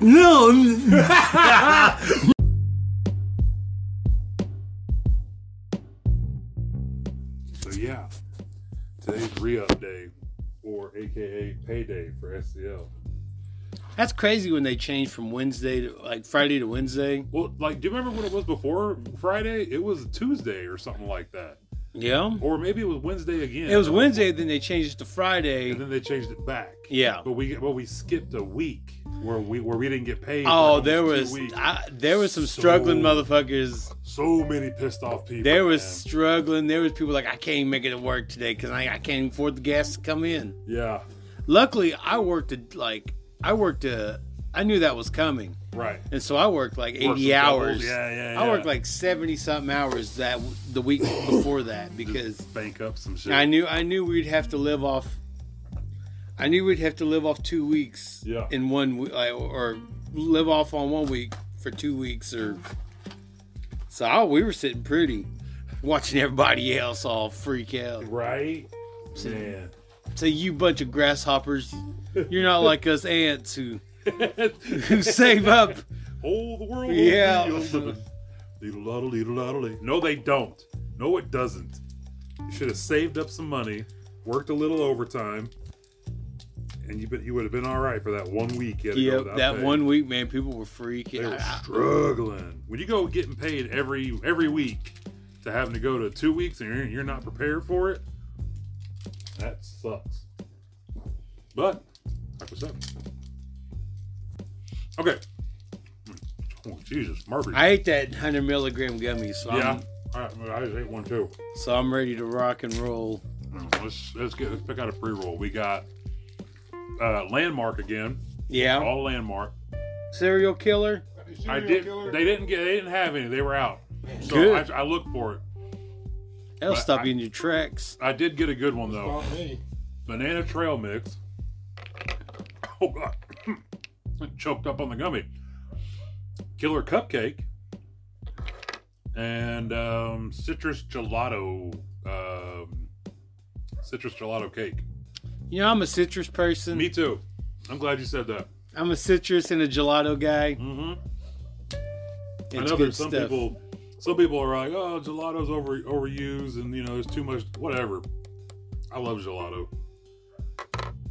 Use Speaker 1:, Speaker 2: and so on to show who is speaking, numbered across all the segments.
Speaker 1: No.
Speaker 2: So yeah, today's re-up day, or AKA payday for SCL.
Speaker 1: That's crazy when they change from Wednesday to like Friday to Wednesday.
Speaker 2: Well, like, do you remember when it was before Friday? It was Tuesday or something like that,
Speaker 1: Yeah.
Speaker 2: or maybe it was Wednesday again.
Speaker 1: It was Wednesday, then they changed it to Friday.
Speaker 2: and then they changed it back.
Speaker 1: Yeah.
Speaker 2: but we but we skipped a week where we where we didn't get paid. for
Speaker 1: Oh,
Speaker 2: almost
Speaker 1: there
Speaker 2: two
Speaker 1: was
Speaker 2: weeks.
Speaker 1: I, there was some struggling
Speaker 2: So-
Speaker 1: motherfuckers.
Speaker 2: so many pissed off people.
Speaker 1: There was
Speaker 2: man.
Speaker 1: struggling. There was people like I can't make it to work today because I, I can't afford the gas to come in.
Speaker 2: yeah,
Speaker 1: Luckily, I worked a, like I worked a I knew that was coming,
Speaker 2: right.
Speaker 1: and so I worked like
Speaker 2: Worked
Speaker 1: eighty
Speaker 2: some doubles.
Speaker 1: hours.
Speaker 2: Yeah, yeah,
Speaker 1: I
Speaker 2: yeah.
Speaker 1: worked like seventy something hours that the week before that because
Speaker 2: Bank up some shit.
Speaker 1: I knew I knew we'd have to live off. I knew we'd have to live off two weeks
Speaker 2: Yeah.
Speaker 1: in one we- like, or live off on one week for two weeks or. So I, we were sitting pretty, watching everybody else all freak out.
Speaker 2: right? Man,
Speaker 1: So you bunch of grasshoppers, you're not like us ants who who save up.
Speaker 2: all Oh, the world.
Speaker 1: Yeah.
Speaker 2: Little loddle, little loddle. No, they don't. No, it doesn't. You should have saved up some money, worked a little overtime, and you been, you would have been all right for that one week. You had to go
Speaker 1: Yep,
Speaker 2: without
Speaker 1: that
Speaker 2: pay.
Speaker 1: one week, man, people were freaking.
Speaker 2: They were
Speaker 1: out.
Speaker 2: struggling. When you go getting paid every every week to having to go to two weeks and you're, you're not prepared for it, that sucks. But like we said, okay. Oh, Jesus, Murphy.
Speaker 1: I um, ate that hundred milligram gummy, so
Speaker 2: yeah,
Speaker 1: I'm,
Speaker 2: I, I just ate one too.
Speaker 1: so I'm ready to rock and roll.
Speaker 2: Let's let's get let's pick out a pre roll. We got uh, landmark again.
Speaker 1: Yeah,
Speaker 2: All landmark.
Speaker 1: serial killer.
Speaker 2: I did. They didn't get. They didn't have any. They were out. So
Speaker 1: Good.
Speaker 2: I, I looked for it.
Speaker 1: That'll
Speaker 2: But
Speaker 1: stop
Speaker 2: I-
Speaker 1: you in your tracks.
Speaker 2: I did get a good one though.
Speaker 3: Not me.
Speaker 2: Banana trail mix. Oh god. Choked up on the gummy. Killer cupcake. And um, citrus gelato. Um, citrus gelato cake.
Speaker 1: You know, I'm a citrus person.
Speaker 2: Me too. I'm glad you said that.
Speaker 1: I'm a citrus and a gelato guy.
Speaker 2: Mm-hmm.
Speaker 1: It's
Speaker 2: I know
Speaker 1: good
Speaker 2: there's some
Speaker 1: stuff.
Speaker 2: people some people are like, oh gelato's over overused and you know there's too much whatever. I love gelato.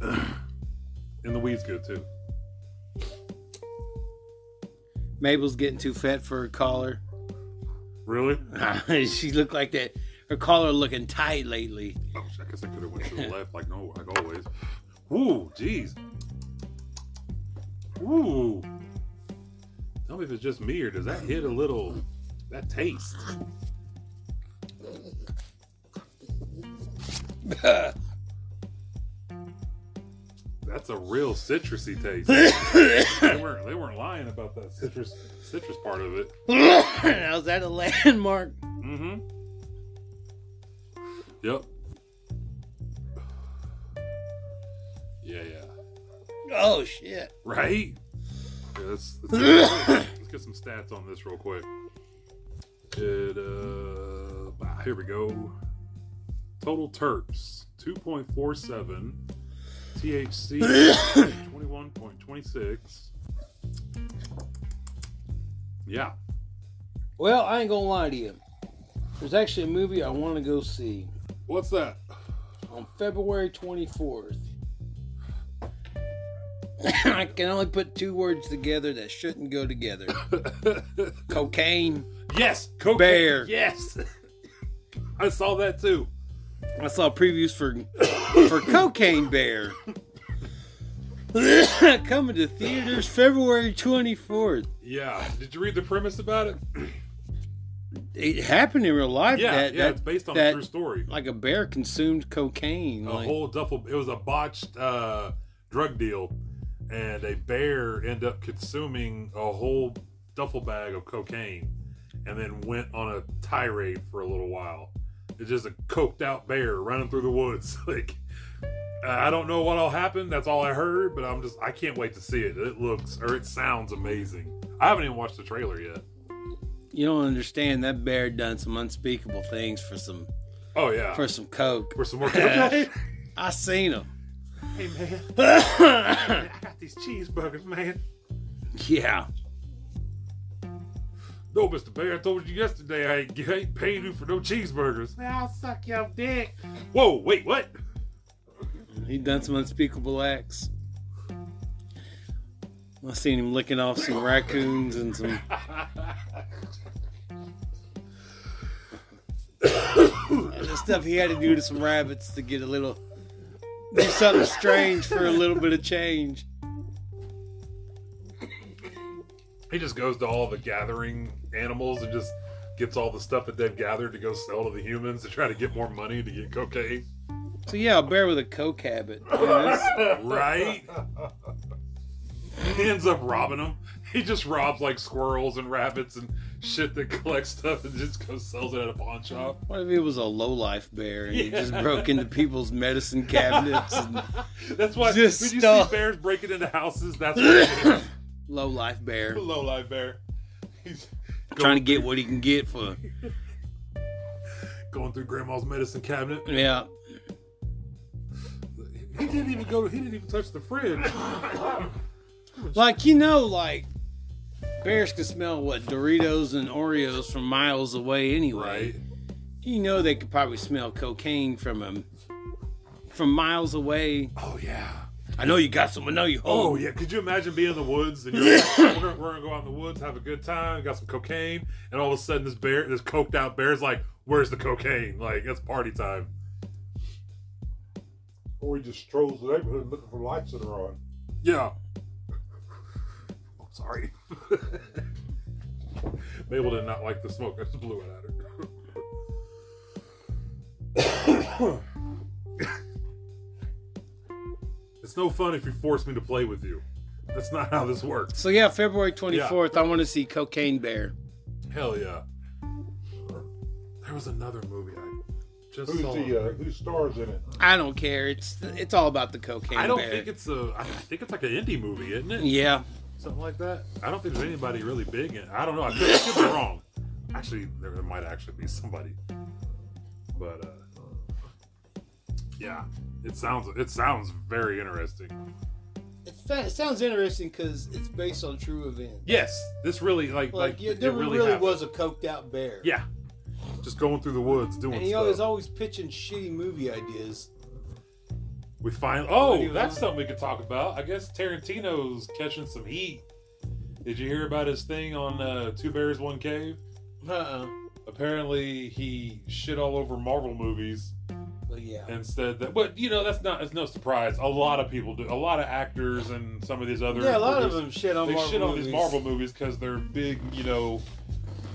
Speaker 2: and the weed's good too.
Speaker 1: Mabel's getting too fat for her collar.
Speaker 2: Really?
Speaker 1: she looked like that. Her collar looking tight lately.
Speaker 2: Oh, I guess I could have went to the left, like no, like always. Ooh, jeez. Ooh. Tell me if it's just me or does that hit a little? That taste. That's a real citrusy taste. they weren't they weren't lying about that citrus citrus part of it.
Speaker 1: How's that a landmark?
Speaker 2: Mm-hmm. Yep. Yeah, yeah.
Speaker 1: Oh shit!
Speaker 2: Right? Yeah, let's, let's, get, let's get some stats on this real quick. It, uh, ah, here we go. Total terps 2.47, THC 21.26. Yeah.
Speaker 1: Well, I ain't gonna lie to you. There's actually a movie I want to go see
Speaker 2: What's that?
Speaker 1: on February 24th. I can only put two words together that shouldn't go together: cocaine
Speaker 2: Yes, cocaine.
Speaker 1: Bear.
Speaker 2: Yes, I saw that too.
Speaker 1: I saw previews for for Cocaine Bear coming to theaters February 24th.
Speaker 2: Yeah. Did you read the premise about it?
Speaker 1: It happened in real life.
Speaker 2: Yeah,
Speaker 1: that,
Speaker 2: yeah.
Speaker 1: that-
Speaker 2: it's based on
Speaker 1: that-
Speaker 2: a true story.
Speaker 1: Like a bear consumed cocaine.
Speaker 2: A
Speaker 1: like,
Speaker 2: whole duffel. It was a botched uh, drug deal, and a bear ended up consuming a whole duffel bag of cocaine, and then went on a tirade for a little while. It's just a coked out bear running through the woods. like, I don't know what'll happen. That's all I heard, but I'm just I can't wait to see it. It looks or it sounds amazing. I haven't even watched the trailer yet.
Speaker 1: you don't understand that bear done some unspeakable things for some
Speaker 2: Oh yeah,
Speaker 1: for some coke.
Speaker 2: for some more. Okay.
Speaker 1: I seen him.
Speaker 2: hey man,
Speaker 1: I
Speaker 2: cheeseburgers, man.
Speaker 1: Yeah.
Speaker 2: No, Mr. Bear, I told you yesterday I ain't, I ain't paying you for no cheeseburgers.
Speaker 3: Now I'll suck your dick.
Speaker 2: Whoa, wait, what?
Speaker 1: He done some unspeakable acts. I seen him licking off some raccoons and some. And the stuff he had to do to some rabbits to get a little. Do something strange for a little bit of change.
Speaker 2: He just goes to all the gathering animals and just gets all the stuff that they've gathered to go sell to the humans to try to get more money to get cocaine.
Speaker 1: So, yeah, a bear with a coke habit. You know, that's-
Speaker 2: Right? he ends up robbing them. He just robs like squirrels and rabbits and shit that collects stuff and just goes sells it at a pawn shop.
Speaker 1: what if it was a lowlife bear and he just broke into people's medicine cabinets and
Speaker 2: That's why
Speaker 1: Just
Speaker 2: when you
Speaker 1: stuff.
Speaker 2: see bears breaking into houses, that's what it is.
Speaker 1: lowlife bear?
Speaker 2: low life bear. He's
Speaker 1: Trying to get what he can get for.
Speaker 2: going through grandma's medicine cabinet.
Speaker 1: Yeah.
Speaker 2: He didn't even go. He didn't even touch the fridge.
Speaker 1: Like you know, like bears can smell what Doritos and Oreos from miles away anyway.
Speaker 2: Right.
Speaker 1: You know they could probably smell cocaine from 'em- from miles away.
Speaker 2: Oh yeah.
Speaker 1: I know you got some. I know you.
Speaker 2: Oh yeah. Could you imagine being in the woods and you're like, we're, gonna, we're gonna go out in the woods, have a good time, got some cocaine, and all of a sudden this bear, this coked out bear's like, "Where's the cocaine? Like it's party time."
Speaker 3: Or he just strolls the neighborhood looking for lights that are on.
Speaker 2: Yeah. I'm sorry. Mabel did not like the smoke. I just blew it at her. it's no fun if you force me to play with you. That's not how this works.
Speaker 1: So yeah, February twenty fourth. I want to see Cocaine Bear.
Speaker 2: Hell yeah. There was another movie I just
Speaker 3: Who's
Speaker 2: saw.
Speaker 3: the uh, who stars in it?
Speaker 1: I don't care. It's it's all about the cocaine.
Speaker 2: I don't
Speaker 1: bear.
Speaker 2: think it's a. I think it's like an indie movie, isn't it?
Speaker 1: Yeah,
Speaker 2: something like that. I don't think there's anybody really big in. I don't know. I could, I could be wrong. Actually, there, there might actually be somebody. But uh, yeah, it sounds it sounds very interesting.
Speaker 1: it, fa- it sounds interesting because it's based on true events.
Speaker 2: Yes, this really like like,
Speaker 1: Like, yeah,
Speaker 2: it
Speaker 1: there really,
Speaker 2: happened.
Speaker 1: was a coked out bear.
Speaker 2: Yeah, just going through the woods doing
Speaker 1: and he
Speaker 2: stuff.
Speaker 1: was always pitching shitty movie ideas.
Speaker 2: we find
Speaker 1: What do
Speaker 2: oh
Speaker 1: you
Speaker 2: that's
Speaker 1: want?
Speaker 2: something we could talk about. I guess Tarantino's catching some heat. Did you hear about his thing on uh, Two Bears One Cave?
Speaker 1: Uh-uh.
Speaker 2: Apparently, he shit all over Marvel movies
Speaker 1: But yeah.
Speaker 2: and said that. But you know, that's not. It's no surprise. A lot of people do. A lot of actors and some of these other.
Speaker 1: Yeah, a lot of
Speaker 2: producers,
Speaker 1: them shit on
Speaker 2: They
Speaker 1: Marvel
Speaker 2: shit on
Speaker 1: movies.
Speaker 2: these Marvel movies because they're big, you know,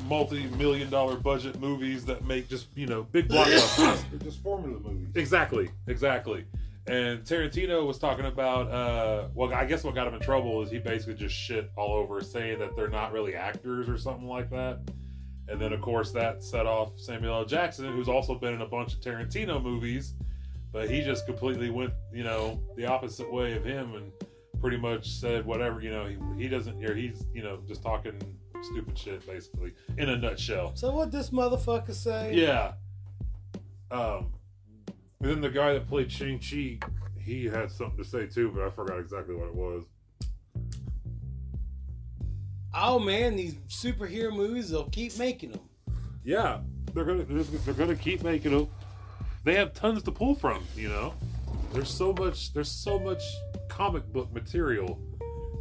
Speaker 2: multi-million dollar budget movies that make just you know big blockbusters.
Speaker 3: They're just formula movies.
Speaker 2: exactly, exactly. And Tarantino was talking about. Uh, well, I guess what got him in trouble is he basically just shit all over, saying that they're not really actors or something like that. And then, of course, that set off Samuel L. Jackson, who's also been in a bunch of Tarantino movies, but he just completely went, you know, the opposite way of him and pretty much said whatever, you know, he, he doesn't, or he's, you know, just talking stupid shit, basically, in a nutshell.
Speaker 1: So what this motherfucker say?
Speaker 2: Yeah. Um, and then the guy that played Shang-Chi, he had something to say too, but I forgot exactly what it was.
Speaker 1: Oh man, these superhero movies they'll keep making them.
Speaker 2: Yeah, they're gonna they're gonna keep making them. They have tons to pull from, you know. There's so much there's so much comic book material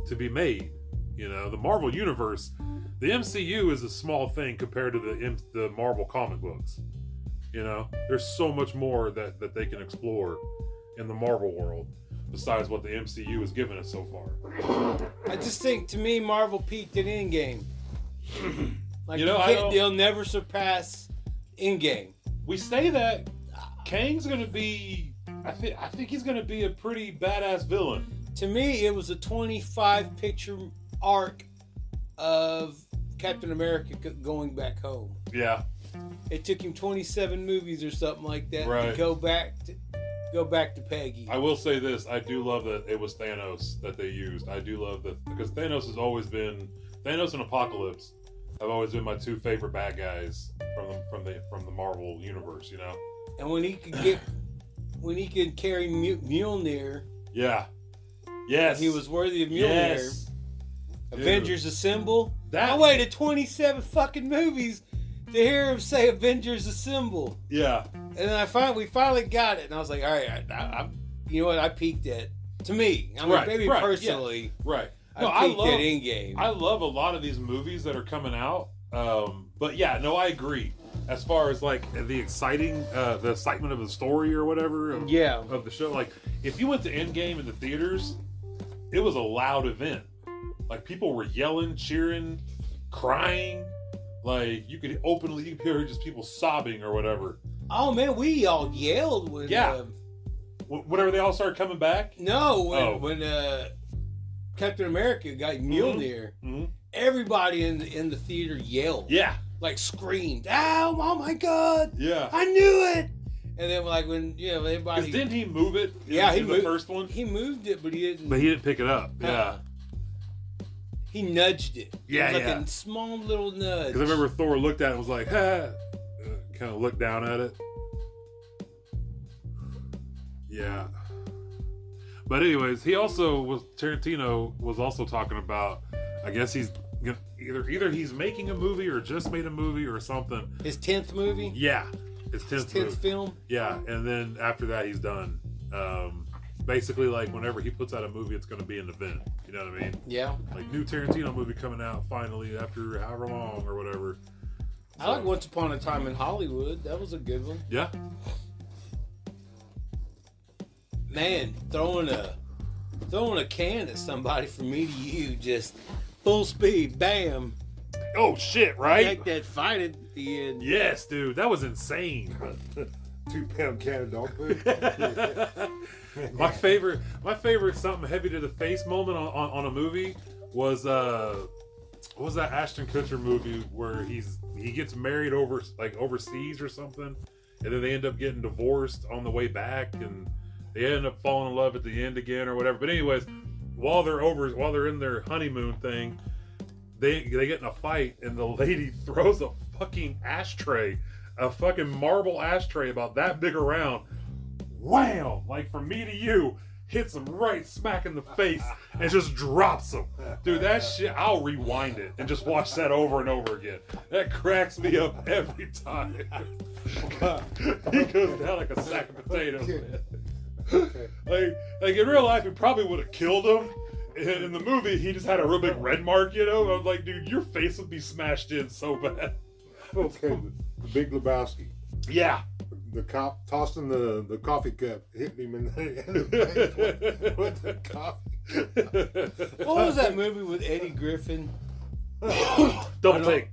Speaker 2: to be made. You know, the Marvel universe, the MCU is a small thing compared to the M- the Marvel comic books. You know, there's so much more that that they can explore in the Marvel world besides what the MCU has given us so far.
Speaker 1: I just think to me Marvel peaked at Endgame. like
Speaker 2: You know, I
Speaker 1: can't-
Speaker 2: don't-
Speaker 1: they'll never surpass Endgame.
Speaker 2: we say that Kang's gonna be. I think I think he's gonna be a pretty badass villain.
Speaker 1: To me, it was a 25 picture arc of Captain America go- going back home.
Speaker 2: Yeah,
Speaker 1: It took him 27 movies or something like that to
Speaker 2: Right.
Speaker 1: go back to go back to Peggy.
Speaker 2: I will say this: I do love that it was Thanos that they used. I do love that because Thanos has always been Thanos and Apocalypse have always been my two favorite bad guys from the, from the from the Marvel universe. You know?
Speaker 1: and when he could get when he could carry Mu- Mjolnir
Speaker 2: Yeah, Yes.
Speaker 1: He was worthy of millionaire.
Speaker 2: Yes. Dude.
Speaker 1: Avengers Assemble.
Speaker 2: That-
Speaker 1: I waited 27 fucking movies to hear him say Avengers Assemble,
Speaker 2: Yeah.
Speaker 1: and then I finally we finally got it, and I was like, all right, I, I, you know what? I peaked at to me. I mean,
Speaker 2: Right,
Speaker 1: maybe
Speaker 2: right, yeah.
Speaker 1: personally,
Speaker 2: Right.
Speaker 1: I peaked
Speaker 2: love-
Speaker 1: at Endgame.
Speaker 2: I love a lot of these movies that are coming out. Um, but yeah, no, I agree. As far as like the exciting, uh, the excitement of the story or whatever of,
Speaker 1: yeah,
Speaker 2: of the show, like if you went to Endgame in the theaters, it was a loud event. Like people were yelling, cheering, crying. Like you could openly you could hear just people sobbing or whatever.
Speaker 1: Oh man, we all yelled when.
Speaker 2: Yeah.
Speaker 1: uh,
Speaker 2: Wh- Whenever they all started coming back,
Speaker 1: no, when,
Speaker 2: Oh. Mm-hmm.
Speaker 1: when uh, Captain America got Mjolnir,
Speaker 2: Mhm.
Speaker 1: everybody in the, in the theater yelled,
Speaker 2: yeah,
Speaker 1: like screamed, "Ow! Oh my God!
Speaker 2: yeah.
Speaker 1: I knew it!" And then like when you know
Speaker 2: Because
Speaker 1: everybody,
Speaker 2: didn't he move it? in-
Speaker 1: Yeah, he
Speaker 2: in the
Speaker 1: moved-
Speaker 2: first one,
Speaker 1: he moved it, but he didn't.
Speaker 2: but he didn't pick it up. Yeah.
Speaker 1: uh, he nudged it.
Speaker 2: Yeah,
Speaker 1: It was like
Speaker 2: yeah.
Speaker 1: a small little nudge.
Speaker 2: Because I remember Thor looked at it and was like, ah, kind of looked down at it. Yeah. But anyways, he also was Tarantino was also talking about. I guess he's gonna- either either he's making a movie or just made a movie or something.
Speaker 1: his tenth movie,
Speaker 2: Yeah, it's
Speaker 1: his
Speaker 2: tenth
Speaker 1: tenth
Speaker 2: movie.
Speaker 1: film.
Speaker 2: Yeah, and then after that he's done. Um, basically, like whenever he puts out a movie, it's going to be an event. You know what I mean?
Speaker 1: Yeah,
Speaker 2: Like new Tarantino movie coming out finally after however long or whatever.
Speaker 1: I like Once Upon a Time in Hollywood. That was a good one.
Speaker 2: Yeah.
Speaker 1: man, throwing a throwing a can at somebody from me to you, just full speed, bam,
Speaker 2: Oh shit! Right?
Speaker 1: take that fight at the end.
Speaker 2: Yes, dude, that was insane.
Speaker 3: Two pound can of dog food.
Speaker 2: my favorite, my favorite something heavy to the face moment on, on, on a movie was uh, what was that Ashton Kutcher movie where he's he gets married over like overseas or something, and then they end up getting divorced on the way back, and they end up falling in love at the end again or whatever. But anyways, while they're over, while they're in their honeymoon thing, they they get in a fight and the lady throws a fucking ashtray, a fucking marble ashtray about that big around. Wham! Like from me to you, hits him right smack in the face and just drops him. Dude, that shit I'll rewind it and just watch that over and over again. That cracks me up every time. he goes down like a sack of potatoes. man. Like, like in real life, it probably would have killed him. In, in the movie, he just had a real big red mark, you know. I'm like, dude, your face would be smashed in so bad.
Speaker 3: okay, the, the Big Lebowski.
Speaker 2: Yeah.
Speaker 3: The cop tossing the, the coffee cup, hitting him in the, in the face with, with the coffee.
Speaker 1: What was that movie with Eddie Griffin?
Speaker 2: Double take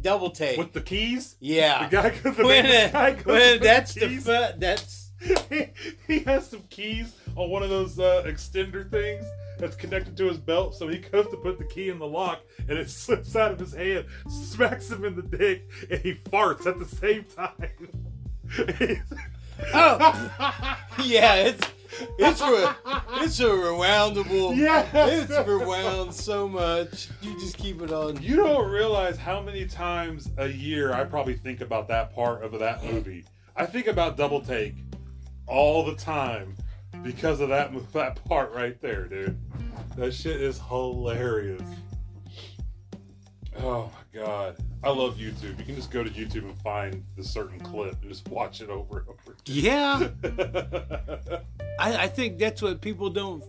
Speaker 1: Double take.
Speaker 2: with the keys.
Speaker 1: yeah.
Speaker 2: The guy goes. The
Speaker 1: Ah. when,
Speaker 2: guy
Speaker 1: uh,
Speaker 2: goes
Speaker 1: when
Speaker 2: with
Speaker 1: that's
Speaker 2: the
Speaker 1: the
Speaker 2: keys.
Speaker 1: fu- that's
Speaker 2: he, he has some keys on one of those uh, extender things that's connected to his belt. So he goes to put the key in the lock, and it slips out of his hand, smacks him in the dick, and he farts at the same time.
Speaker 1: oh yeah it's it's re- it's a rewoundable
Speaker 2: Yes.
Speaker 1: it's rewound so much you just keep it on
Speaker 2: you don't realize how many times a year I probably think about that part of that movie. I think about double take all the time because of that that part right there, dude. That shit is hilarious. Oh my god. I love YouTube. You can just go to YouTube and find a certain clip and just watch it over and over.
Speaker 1: yeah
Speaker 2: again.
Speaker 1: I, I think that's what people don't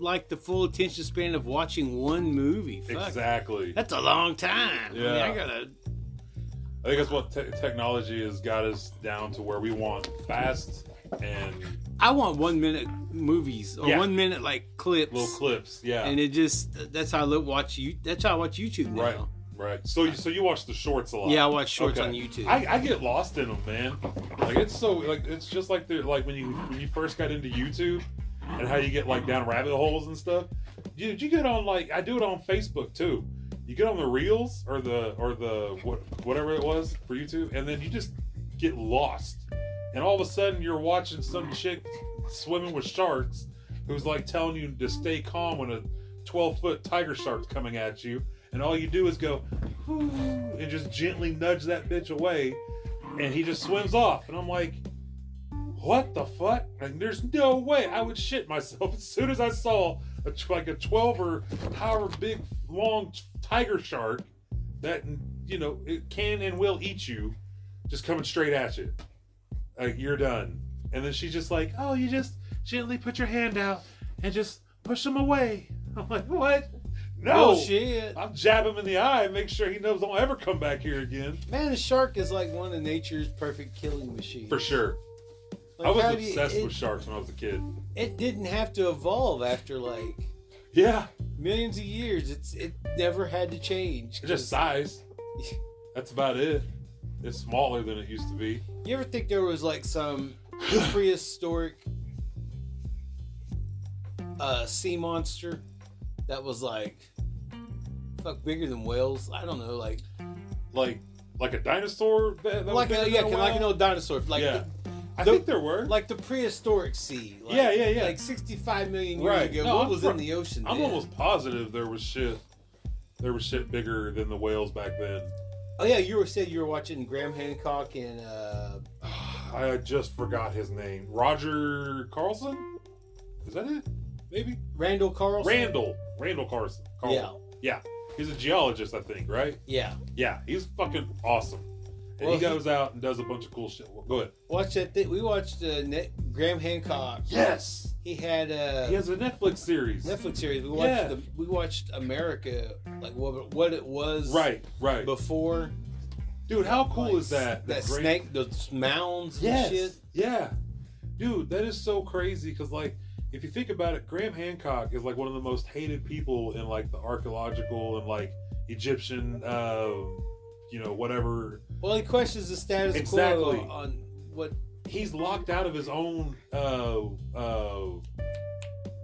Speaker 1: like the full attention span of watching one movie. Fuck.
Speaker 2: exactly.
Speaker 1: That's a long time. I, mean,
Speaker 2: Yeah.
Speaker 1: I gotta.
Speaker 2: I think that's what te- technology has got us down to where we want fast and
Speaker 1: I want one minute movies or
Speaker 2: Yeah.
Speaker 1: one minute like clips,
Speaker 2: little clips. Yeah,
Speaker 1: and it just that's how I look, watch you. That's how I watch YouTube now.
Speaker 2: right, right. So, you, so you watch the shorts a lot?
Speaker 1: Yeah, I watch shorts
Speaker 2: Okay.
Speaker 1: on YouTube.
Speaker 2: I, I get lost in them, man. Like it's so like it's just like the like when you when you first got into YouTube and how you get like down rabbit holes and stuff. Dude, you get on like I do it on Facebook too. You get on the reels or the or the what, whatever it was for YouTube, and then you just get lost. And all of a sudden, you're watching some chick swimming with sharks, who's like telling you to stay calm when a 12 foot tiger shark's coming at you, and all you do is go, "Ooh," and just gently nudge that bitch away, and he just swims off. And I'm like, what the fuck? And there's no way I would shit myself as soon as I saw a, tw- like a 12 or however big long tiger shark that, you know, it can and will eat you just coming straight at you. Like, you're done. And then she's just like, oh, you just gently put your hand out and just push him away. I'm like, what? No.
Speaker 1: Bullshit.
Speaker 2: I'll jab him in the eye and make sure he knows don't ever come back here again.
Speaker 1: Man, the shark is like one of nature's perfect killing machines.
Speaker 2: For sure.
Speaker 1: Like,
Speaker 2: I was
Speaker 1: how do you-
Speaker 2: obsessed
Speaker 1: it,
Speaker 2: with sharks when I was a kid.
Speaker 1: It didn't have to evolve after like
Speaker 2: Yeah.
Speaker 1: millions of years. It's it never had to change.
Speaker 2: It's just size. That's about it. It's smaller than it used to be.
Speaker 1: You ever think there was like some prehistoric uh, sea monster that was like fuck bigger than whales? I don't know, like
Speaker 2: Like like a dinosaur that, that
Speaker 1: like
Speaker 2: was
Speaker 1: a,
Speaker 2: bigger
Speaker 1: yeah,
Speaker 2: than a
Speaker 1: like an
Speaker 2: whale?
Speaker 1: old dinosaur, like
Speaker 2: Yeah. I
Speaker 1: the-
Speaker 2: think there were.
Speaker 1: the, like the prehistoric sea. Like,
Speaker 2: Yeah, yeah, yeah.
Speaker 1: Like sixty-five million years
Speaker 2: Right.
Speaker 1: ago,
Speaker 2: No,
Speaker 1: what
Speaker 2: I'm
Speaker 1: was
Speaker 2: pro-
Speaker 1: in the ocean?
Speaker 2: I'm
Speaker 1: then?
Speaker 2: almost positive there was shit there was shit bigger than the whales back then.
Speaker 1: Oh yeah, you were said you were watching Graham Hancock and uh,
Speaker 2: I just forgot his name. Roger Carlson? Is that it? Maybe?
Speaker 1: Randall Carlson.
Speaker 2: Randall. Randall Carson.
Speaker 1: Yeah,
Speaker 2: Carlson. Yeah. He's a geologist, I think, right?
Speaker 1: yeah.
Speaker 2: Yeah, he's fucking awesome. And
Speaker 1: Well,
Speaker 2: he
Speaker 1: he-
Speaker 2: goes out and does a bunch of cool shit. Go ahead.
Speaker 1: Watch that. Thing. We watched uh, Net- Graham Hancock.
Speaker 2: Yes.
Speaker 1: He had uh,
Speaker 2: He has a Netflix series.
Speaker 1: Netflix series. We watched
Speaker 2: Yeah.
Speaker 1: the, we watched America like what what it was
Speaker 2: Right, right.
Speaker 1: before.
Speaker 2: Dude, how cool
Speaker 1: like,
Speaker 2: is that?
Speaker 1: That
Speaker 2: great-
Speaker 1: snake, those mounds and
Speaker 2: Yes.
Speaker 1: shit.
Speaker 2: Yeah. Dude, that is so crazy because, like, if you think about it, Graham Hancock is like one of the most hated people in like the archaeological and like Egyptian, uh, you know, whatever
Speaker 1: Well, he questions the status
Speaker 2: Exactly.
Speaker 1: quo on what.
Speaker 2: he's locked out of his own uh, uh,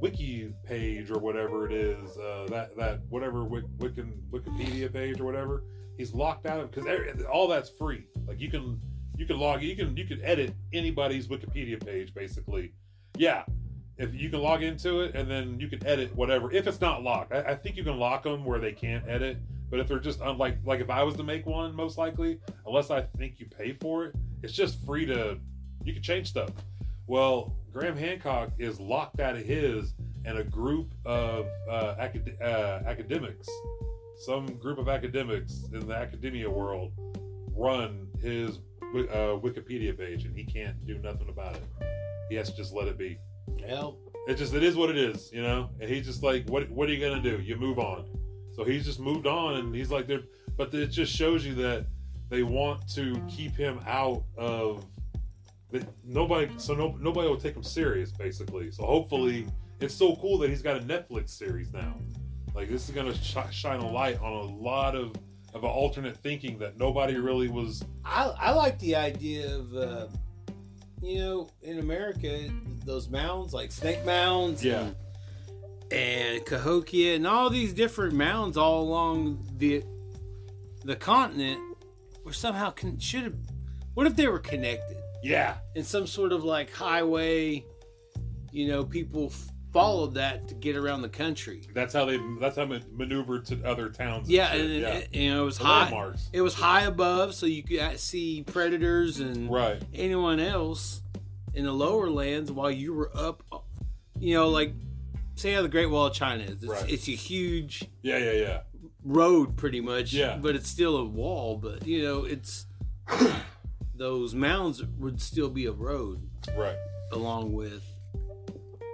Speaker 2: wiki page or whatever it is uh, that that whatever Wik- Wikin, Wikipedia page or whatever he's locked out of because all that's free. Like you can you can log you can you can edit anybody's Wikipedia page basically. Yeah, if you can log into it and then you can edit whatever if it's not locked. I, I think you can lock them where they can't edit. But if they're just unlike, like if I was to make one, most likely, unless I think you pay for it, it's just free to you can change stuff. Well, Graham Hancock is locked out of his and a group of uh, acad- uh, academics, some group of academics in the academia world, run his wi- uh, Wikipedia page, and he can't do nothing about it. He has to just let it be.
Speaker 1: Well,
Speaker 2: It just it is what it is, you know. And he's just like, what what are you gonna do? You move on. So he's just moved on, and he's like, there. But it just shows you that they want to keep him out of that nobody. So no, nobody will take him serious, basically. So hopefully, it's so cool that he's got a Netflix series now. Like this is gonna sh- shine a light on a lot of of alternate thinking that nobody really was.
Speaker 1: I I like the idea of uh, you know in America those mounds like snake mounds.
Speaker 2: Yeah.
Speaker 1: And, and Cahokia and all these different mounds all along the the continent were somehow con- should have. What if they were connected?
Speaker 2: Yeah,
Speaker 1: in some sort of like highway. You know, people f- followed that to get around the country.
Speaker 2: that's how they. That's how they maneuvered to other towns. and
Speaker 1: Yeah,
Speaker 2: shit.
Speaker 1: and,
Speaker 2: yeah.
Speaker 1: and- you know, it was
Speaker 2: The
Speaker 1: high.
Speaker 2: landmarks.
Speaker 1: It was high above, so you could uh, see predators and
Speaker 2: Right.
Speaker 1: anyone else in the lower lands while you were up. You know, like say how the Great Wall of China is. It's,
Speaker 2: Right.
Speaker 1: it's a huge
Speaker 2: Yeah, yeah, yeah.
Speaker 1: road, pretty much.
Speaker 2: Yeah.
Speaker 1: But it's still a wall. But you know, it's those mounds would still be a road.
Speaker 2: Right.
Speaker 1: along with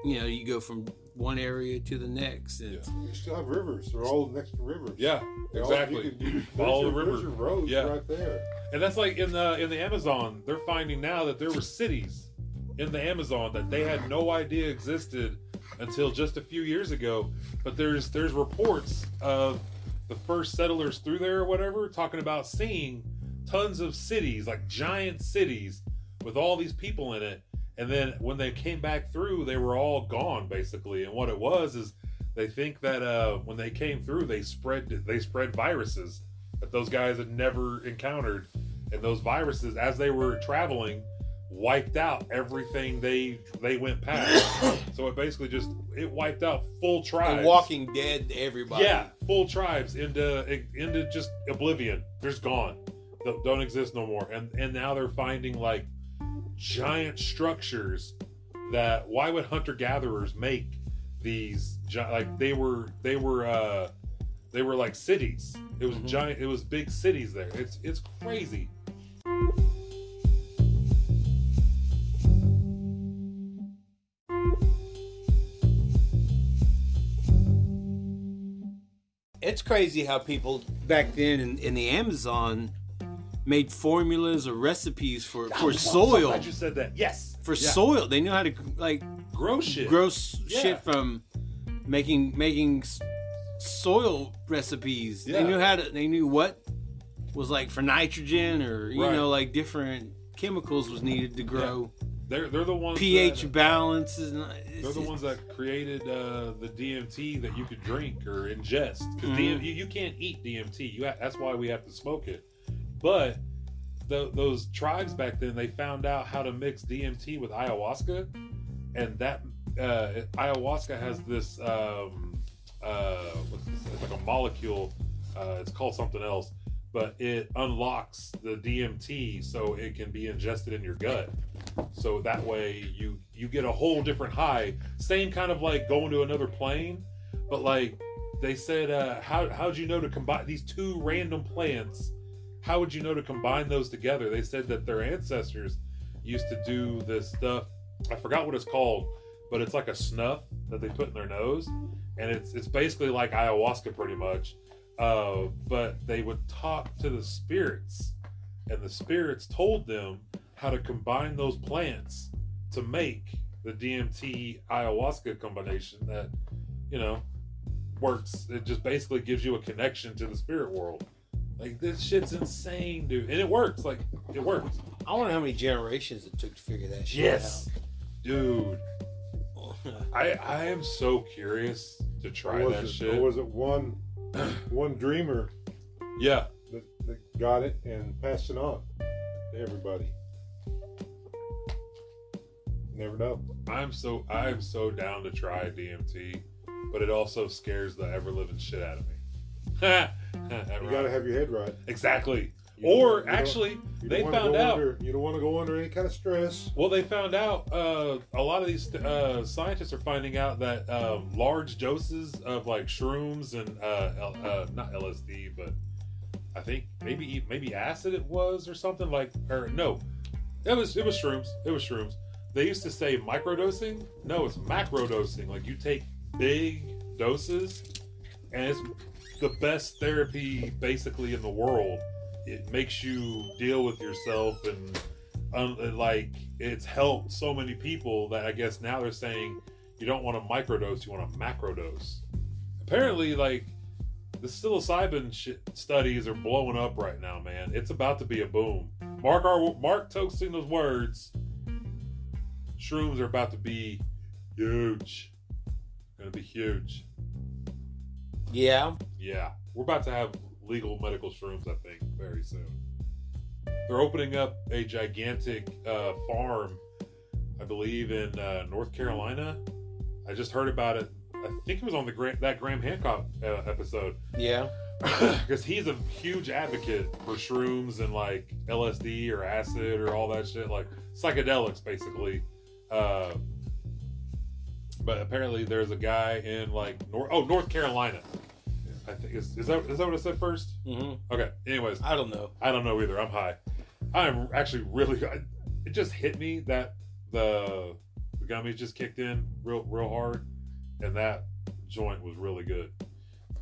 Speaker 1: you know you go from one area to the next and
Speaker 2: Yeah.
Speaker 3: You still have rivers. They're all next to rivers.
Speaker 2: Yeah,
Speaker 3: They're all- you
Speaker 2: exactly.
Speaker 3: could- you- there's
Speaker 2: Follow
Speaker 3: your-
Speaker 2: the river.
Speaker 3: There's your roads
Speaker 2: Yeah.
Speaker 3: right there.
Speaker 2: And that's like in the in the Amazon, they're finding now that there were cities in the Amazon that they had no idea existed until just a few years ago. But there's there's reports of the first settlers through there or whatever talking about seeing tons of cities, like giant cities with all these people in it. And then when they came back through, they were all gone basically. And what it was is they think that uh, when they came through, they spread they spread viruses that those guys had never encountered, and those viruses, as they were traveling, wiped out everything they they went past. so it basically just it wiped out full
Speaker 1: The
Speaker 2: tribes.
Speaker 1: walking dead to everybody
Speaker 2: Yeah, full tribes into into just oblivion. They're just gone. Don't- Don't exist no more. And and now they're finding like giant structures that why would hunter gatherers make these gi- like they were they were uh they were like cities it was
Speaker 1: Mhm.
Speaker 2: giant it was big cities there it's it's crazy
Speaker 1: It's crazy how people back then in, in the Amazon made formulas or recipes for, for
Speaker 2: i
Speaker 1: soil.
Speaker 2: you said that yes
Speaker 1: For
Speaker 2: Yeah.
Speaker 1: soil, they knew how to like
Speaker 2: grow shit
Speaker 1: gross
Speaker 2: Yeah.
Speaker 1: shit from making making s- soil recipes.
Speaker 2: Yeah.
Speaker 1: They knew how to. They knew what was like for nitrogen or you
Speaker 2: Right.
Speaker 1: know like different chemicals was needed to grow.
Speaker 2: they're they're the ones
Speaker 1: pH
Speaker 2: that,
Speaker 1: balances. and uh, it's-
Speaker 2: They're the ones that created uh, the DMT that you could drink or ingest. Because
Speaker 1: Mhm.
Speaker 2: DMT, you, you can't eat DMT. You ha- that's why we have to smoke it. But tho- those tribes back then, they found out how to mix DMT with ayahuasca, and that uh, ayahuasca has this um, uh, what's this? It's like a molecule. Uh, it's called something else, but it unlocks the DMT so it can be ingested in your gut so that way you you get a whole different high same kind of like going to another plane but like they said uh how how'd you know to combine these two random plants how would you know to combine those together they said that their ancestors used to do this stuff i forgot what it's called but it's like a snuff that they put in their nose and it's it's basically like ayahuasca pretty much uh, but they would talk to the spirits and the spirits told them how to combine those plants to make the DMT ayahuasca combination that, you know, works. It just basically gives you a connection to the spirit world. Like this shit's insane, dude, and it works. Like it works.
Speaker 1: I wonder how many generations it took to figure that shit
Speaker 2: dude.
Speaker 1: out.
Speaker 2: I I am so curious to
Speaker 3: Or
Speaker 2: try
Speaker 3: was
Speaker 2: that
Speaker 3: it,
Speaker 2: shit.
Speaker 3: Or was it one one dreamer
Speaker 2: yeah,
Speaker 3: that, that got it and passed it on to everybody? Never know.
Speaker 2: I'm so I am so down to try DMT, but it also scares the ever living shit out of me. That
Speaker 3: You
Speaker 2: rhymed.
Speaker 3: gotta have your head right.
Speaker 2: exactly.
Speaker 3: You
Speaker 2: or
Speaker 3: don't- you don't-
Speaker 2: actually,
Speaker 3: you don't
Speaker 2: they
Speaker 3: wanna
Speaker 2: found
Speaker 3: go
Speaker 2: out.
Speaker 3: Under, you don't want to go under any kind of stress.
Speaker 2: Well, they found out uh, a lot of these uh, scientists are finding out that um, large doses of like shrooms and uh, L- uh, not LSD, but I think maybe e, maybe acid it was or something like or no, it was it was shrooms. It was shrooms. They used to say microdosing. No, it's macrodosing. Like you take big doses, and it's the best therapy basically in the world. It makes you deal with yourself and un- and, like it's helped so many people that I guess now they're saying you don't want a microdose, you want a macrodose. Apparently, like the psilocybin shit studies are blowing up right now, man. It's about to be a boom. Mark our Mark toasting those words. Shrooms are about to be huge. Gonna be huge.
Speaker 1: yeah.
Speaker 2: Yeah, we're about to have legal medical shrooms, I think, very soon. They're opening up a gigantic uh, farm, I believe, in uh, North Carolina. I just heard about it. I think it was on the Gra- that Graham Hancock uh, episode
Speaker 1: Yeah.
Speaker 2: because he's a huge advocate for shrooms and like LSD or acid or all that shit, like psychedelics, basically. Uh, but apparently, there's a guy in like North, oh North Carolina. I think is, is that is that what I said first?
Speaker 1: hmm
Speaker 2: Okay. Anyways,
Speaker 1: I don't know.
Speaker 2: I don't know either. I'm high. I'm actually really. I, it just hit me that the the gummies just kicked in real real hard, and that joint was really good.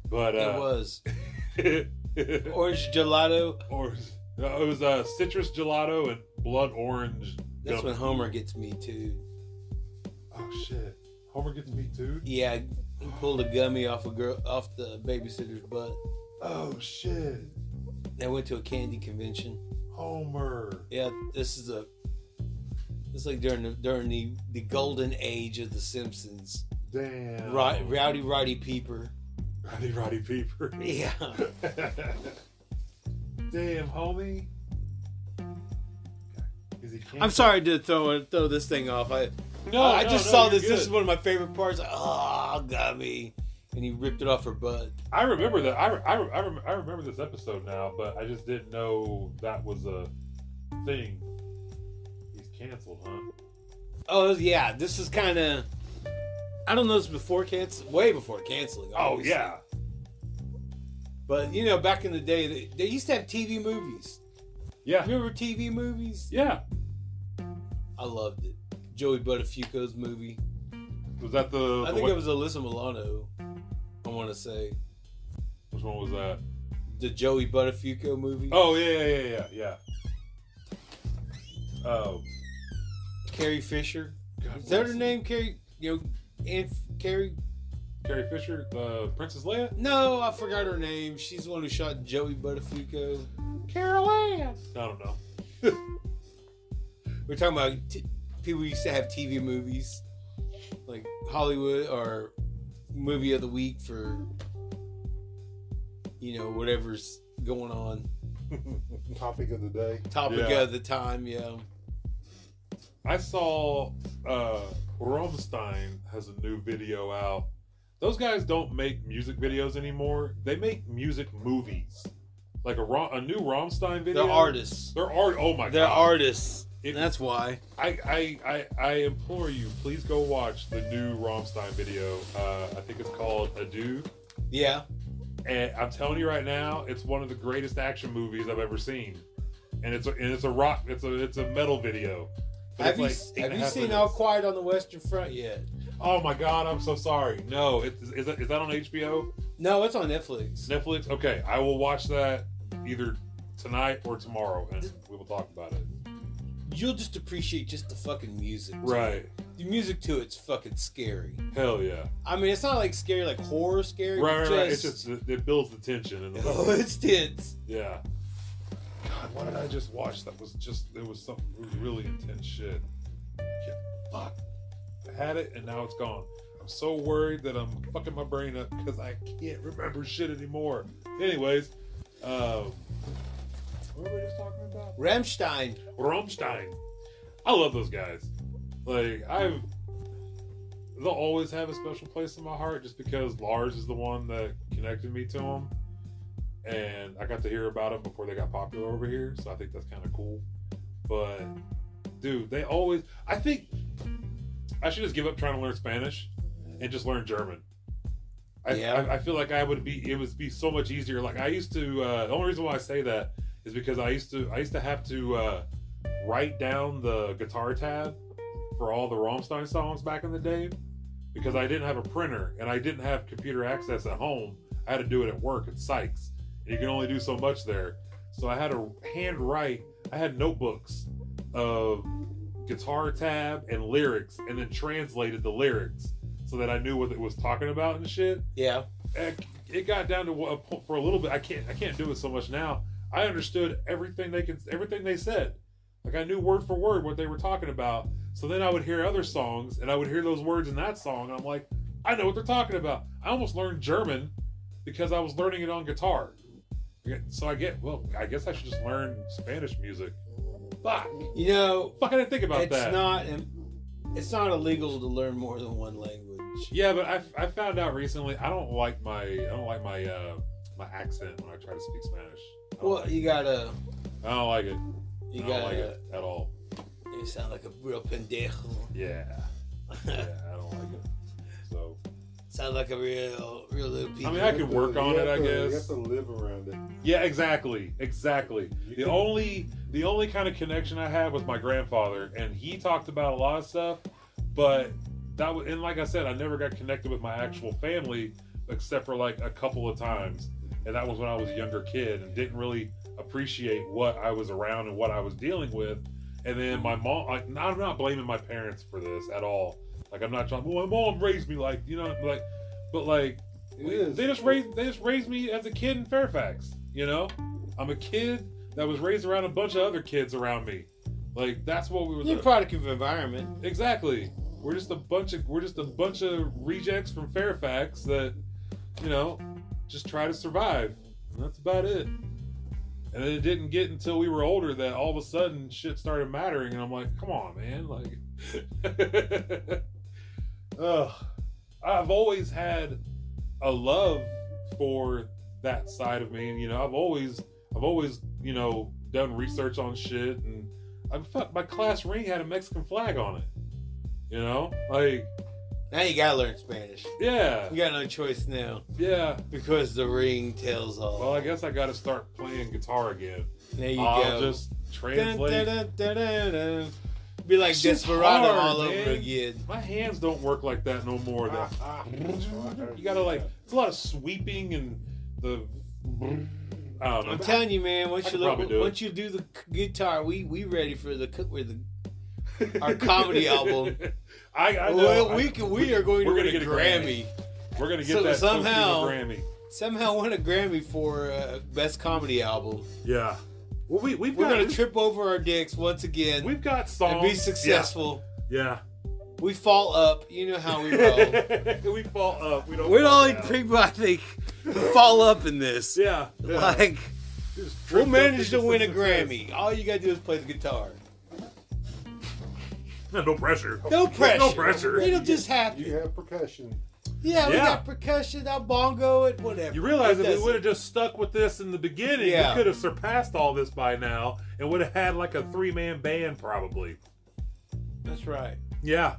Speaker 2: But
Speaker 1: it
Speaker 2: uh,
Speaker 1: was orange gelato.
Speaker 2: or no, it was uh, citrus gelato and blood orange.
Speaker 1: That's
Speaker 2: gum-
Speaker 1: when Homer gets me too.
Speaker 2: Oh shit! Homer gets me too.
Speaker 1: Yeah, he pulled a gummy off a girl off the babysitter's butt.
Speaker 2: Oh shit!
Speaker 1: They went to a candy convention.
Speaker 2: Homer.
Speaker 1: Yeah, this is a. It's like during the during the, the golden age of the Simpsons.
Speaker 2: Damn.
Speaker 1: Right, Rowdy Roddy Peeper.
Speaker 2: Roddy Roddy Peeper.
Speaker 1: Yeah,
Speaker 2: Damn, homie. Is he
Speaker 1: I'm sorry to throw throw this thing off. I
Speaker 2: No,
Speaker 1: I
Speaker 2: no,
Speaker 1: just
Speaker 2: no,
Speaker 1: saw
Speaker 2: you're
Speaker 1: this. This
Speaker 2: good.
Speaker 1: is one of my favorite parts. Oh, gummy, and he ripped it off her butt.
Speaker 2: I remember that. I, I, I, rem- I remember this episode now, but I just didn't know that was a thing. These canceled, huh?
Speaker 1: Oh yeah, this is kind of. I don't know. It's before cancel, way before canceling.
Speaker 2: Oh,
Speaker 1: obviously. But you know, back in the day, they, they used to have TV movies.
Speaker 2: yeah,
Speaker 1: Remember TV movies?
Speaker 2: yeah.
Speaker 1: I loved it. Joey Buttafuoco's movie.
Speaker 2: Was that the?
Speaker 1: I
Speaker 2: the
Speaker 1: think
Speaker 2: what-
Speaker 1: it was Alyssa Milano. I want to say
Speaker 2: Which one was that?
Speaker 1: the Joey Buttafuoco movie.
Speaker 2: Oh yeah, yeah, yeah, yeah, yeah. Oh,
Speaker 1: Carrie Fisher.
Speaker 2: God,
Speaker 1: Is that
Speaker 2: what's-
Speaker 1: her name? Carrie. You know, Aunt F- Carrie.
Speaker 2: Carrie Fisher, uh, Princess Leia.
Speaker 1: No, I forgot her name. She's the one who shot Joey Buttafuoco.
Speaker 2: Carol Ann. I don't know.
Speaker 1: We're talking about t- people used to have TV movies, like Hollywood or movie of the week for you know whatever's going on,
Speaker 3: Topic of the day.
Speaker 1: topic
Speaker 2: Yeah.
Speaker 1: of the time. Yeah.
Speaker 2: I saw uh Rammstein has a new video out. Those guys don't make music videos anymore. They make music movies. Like a Rom- a new Rammstein video.
Speaker 1: they're artists.
Speaker 2: They're art. Oh my
Speaker 1: They're
Speaker 2: god.
Speaker 1: artists.
Speaker 2: If-
Speaker 1: That's why.
Speaker 2: I, I I I implore you, please go watch the new Rammstein video. Uh, I think it's called Adieu.
Speaker 1: Yeah.
Speaker 2: And I'm telling you right now, it's one of the greatest action movies I've ever seen. And it's a, and it's a rock. It's a it's a metal video. But
Speaker 1: Have you,
Speaker 2: it's like eight
Speaker 1: have
Speaker 2: and a
Speaker 1: you
Speaker 2: half
Speaker 1: seen
Speaker 2: minutes.
Speaker 1: All Quiet on the Western Front yet?
Speaker 2: Oh my God, I'm so sorry. No, it, is, that, is that on HBO,
Speaker 1: No, it's on Netflix.
Speaker 2: Netflix? Okay, I will watch that either tonight or tomorrow, and we will talk about it.
Speaker 1: You'll just appreciate just the fucking music.
Speaker 2: Right?
Speaker 1: The music to it's fucking scary.
Speaker 2: Hell yeah!
Speaker 1: I mean, it's not like scary, like horror scary.
Speaker 2: Right, right,
Speaker 1: but
Speaker 2: right. It's just it, it builds the tension in the
Speaker 1: oh,
Speaker 2: movie.
Speaker 1: it's tense.
Speaker 2: Yeah. God, what did I just watch? That was just it was some really intense shit. Yeah, fuck. I had it and now it's gone. I'm so worried that I'm fucking my brain up because I can't remember shit anymore. Anyways, um, what were we just talking about?
Speaker 1: Ramstein.
Speaker 2: Rammstein. I love those guys. Like I've they'll always have a special place in my heart just because Lars is the one that connected me to them. And I got to hear about them before they got popular over here, so I think that's kind of cool. But dude, they always I think I should just give up trying to learn Spanish and just learn German. I,
Speaker 1: Yeah.
Speaker 2: I, I feel like I would be it would be so much easier. Like I used to uh, the only reason why I say that is because I used to I used to have to uh, write down the guitar tab for all the Rammstein songs back in the day because I didn't have a printer and I didn't have computer access at home. I had to do it at work at Sykes. And you can only do so much there. So I had to handwrite, I had notebooks of guitar tab and lyrics and then translated the lyrics so that I knew what it was talking about and shit
Speaker 1: Yeah.
Speaker 2: it it got down to a point for a little bit. I can't I can't do it so much now. I understood everything they can everything they said. Like I knew word for word what they were talking about. So then I would hear other songs and I would hear those words in that song and I'm like, I know what they're talking about. I almost learned German because I was learning it on guitar. Yeah, So I get well, I guess I should just learn Spanish music. Fuck.
Speaker 1: You know,
Speaker 2: Fuck I didn't think about
Speaker 1: it's
Speaker 2: that.
Speaker 1: not it's not illegal to learn more than one language.
Speaker 2: Yeah, but I, I found out recently I don't like my I don't like my uh my accent when I try to speak Spanish. I don't
Speaker 1: Well,
Speaker 2: like
Speaker 1: you gotta,
Speaker 2: I don't like it.
Speaker 1: you
Speaker 2: I don't
Speaker 1: gotta.
Speaker 2: like it at all.
Speaker 1: You sound like a real pendejo.
Speaker 2: Yeah. yeah, I don't like it. So
Speaker 1: sound like a real, real little people.
Speaker 2: I mean, I could work on
Speaker 3: You
Speaker 2: it, I
Speaker 3: have to- You have
Speaker 2: guess.
Speaker 3: to live around it.
Speaker 2: Yeah, exactly, exactly.
Speaker 3: You
Speaker 2: The
Speaker 3: can-
Speaker 2: only the only kind of connection I had was my grandfather, and he talked about a lot of stuff, but that was and like I said, I never got connected with my actual family except for like a couple of times, and that was when I was a younger kid and didn't really appreciate what I was around and what I was dealing with. And then my mom, like, and I'm not blaming my parents for this at all. Like, I'm not trying. Well, my mom raised me like you know, like, but like
Speaker 3: It is.
Speaker 2: they just raised they just raised me as a kid in Fairfax. You know, I'm a kid that was raised around a bunch of other kids around me. Like that's what we were.
Speaker 1: You're a product of environment.
Speaker 2: exactly. We're just a bunch of we're just a bunch of rejects from Fairfax that, you know, just try to survive. And that's about it. And then it didn't get until we were older that all of a sudden shit started mattering, and I'm like, come on, man, like. Ugh. I've always had a love for that side of me. You know, I've always, I've always, you know, done research on shit, and I'm fuck. My class ring had a Mexican flag on it. You know, like
Speaker 1: Now you gotta learn Spanish.
Speaker 2: yeah,
Speaker 1: You got no choice now
Speaker 2: yeah.
Speaker 1: because the ring tells all.
Speaker 2: Well, I guess I got to start playing guitar again.
Speaker 1: there you go.
Speaker 2: I'll just
Speaker 1: Dun,
Speaker 2: translate.
Speaker 1: dun, dun, dun, dun, dun. Be like
Speaker 2: Shit's
Speaker 1: Desperado
Speaker 2: hard,
Speaker 1: all over
Speaker 2: man.
Speaker 1: again.
Speaker 2: My hands don't work like that no
Speaker 3: Ah,
Speaker 2: more. Though you gotta like it's a lot of sweeping and the. I don't know.
Speaker 1: I'm telling you, man.
Speaker 2: I
Speaker 1: Once you
Speaker 2: could
Speaker 1: look,
Speaker 2: probably do it.
Speaker 1: once you do the c- guitar, we we ready for the co- with the our comedy album.
Speaker 2: I, I know.
Speaker 1: well,
Speaker 2: I-
Speaker 1: we can, we are going to
Speaker 2: we're
Speaker 1: win
Speaker 2: gonna
Speaker 1: a
Speaker 2: get a
Speaker 1: Grammy.
Speaker 2: Grammy. we're gonna get
Speaker 1: so
Speaker 2: that Tokyo
Speaker 1: somehow-
Speaker 2: Grammy.
Speaker 1: Somehow won a Grammy for uh, best comedy album.
Speaker 2: Yeah. Well, we we've
Speaker 1: We're
Speaker 2: got
Speaker 1: gonna trip over our dicks once again
Speaker 2: we've got songs.
Speaker 1: and be successful.
Speaker 2: Yeah.
Speaker 1: We fall up. You know how we roll.
Speaker 2: yeah. we fall up. We don't.
Speaker 1: We're the
Speaker 2: fall
Speaker 1: only
Speaker 2: down.
Speaker 1: people I think fall up in this.
Speaker 2: Yeah. yeah.
Speaker 1: Like
Speaker 2: Just
Speaker 1: we'll
Speaker 2: tripped up
Speaker 1: manage to
Speaker 2: into
Speaker 1: win a
Speaker 2: success.
Speaker 1: Grammy. All you gotta do is play the guitar.
Speaker 2: No, no pressure.
Speaker 1: No pressure.
Speaker 2: No pressure.
Speaker 1: It'll just happen.
Speaker 3: You have percussion.
Speaker 1: Yeah, we
Speaker 2: Yeah.
Speaker 1: got percussion. I'll bongo it. Whatever.
Speaker 2: You realize
Speaker 1: It
Speaker 2: if we
Speaker 1: doesn't-
Speaker 2: would have just stuck with this in the beginning,
Speaker 1: Yeah.
Speaker 2: we could have surpassed all this by now, and would have had like a three-man band probably.
Speaker 1: That's right.
Speaker 2: Yeah.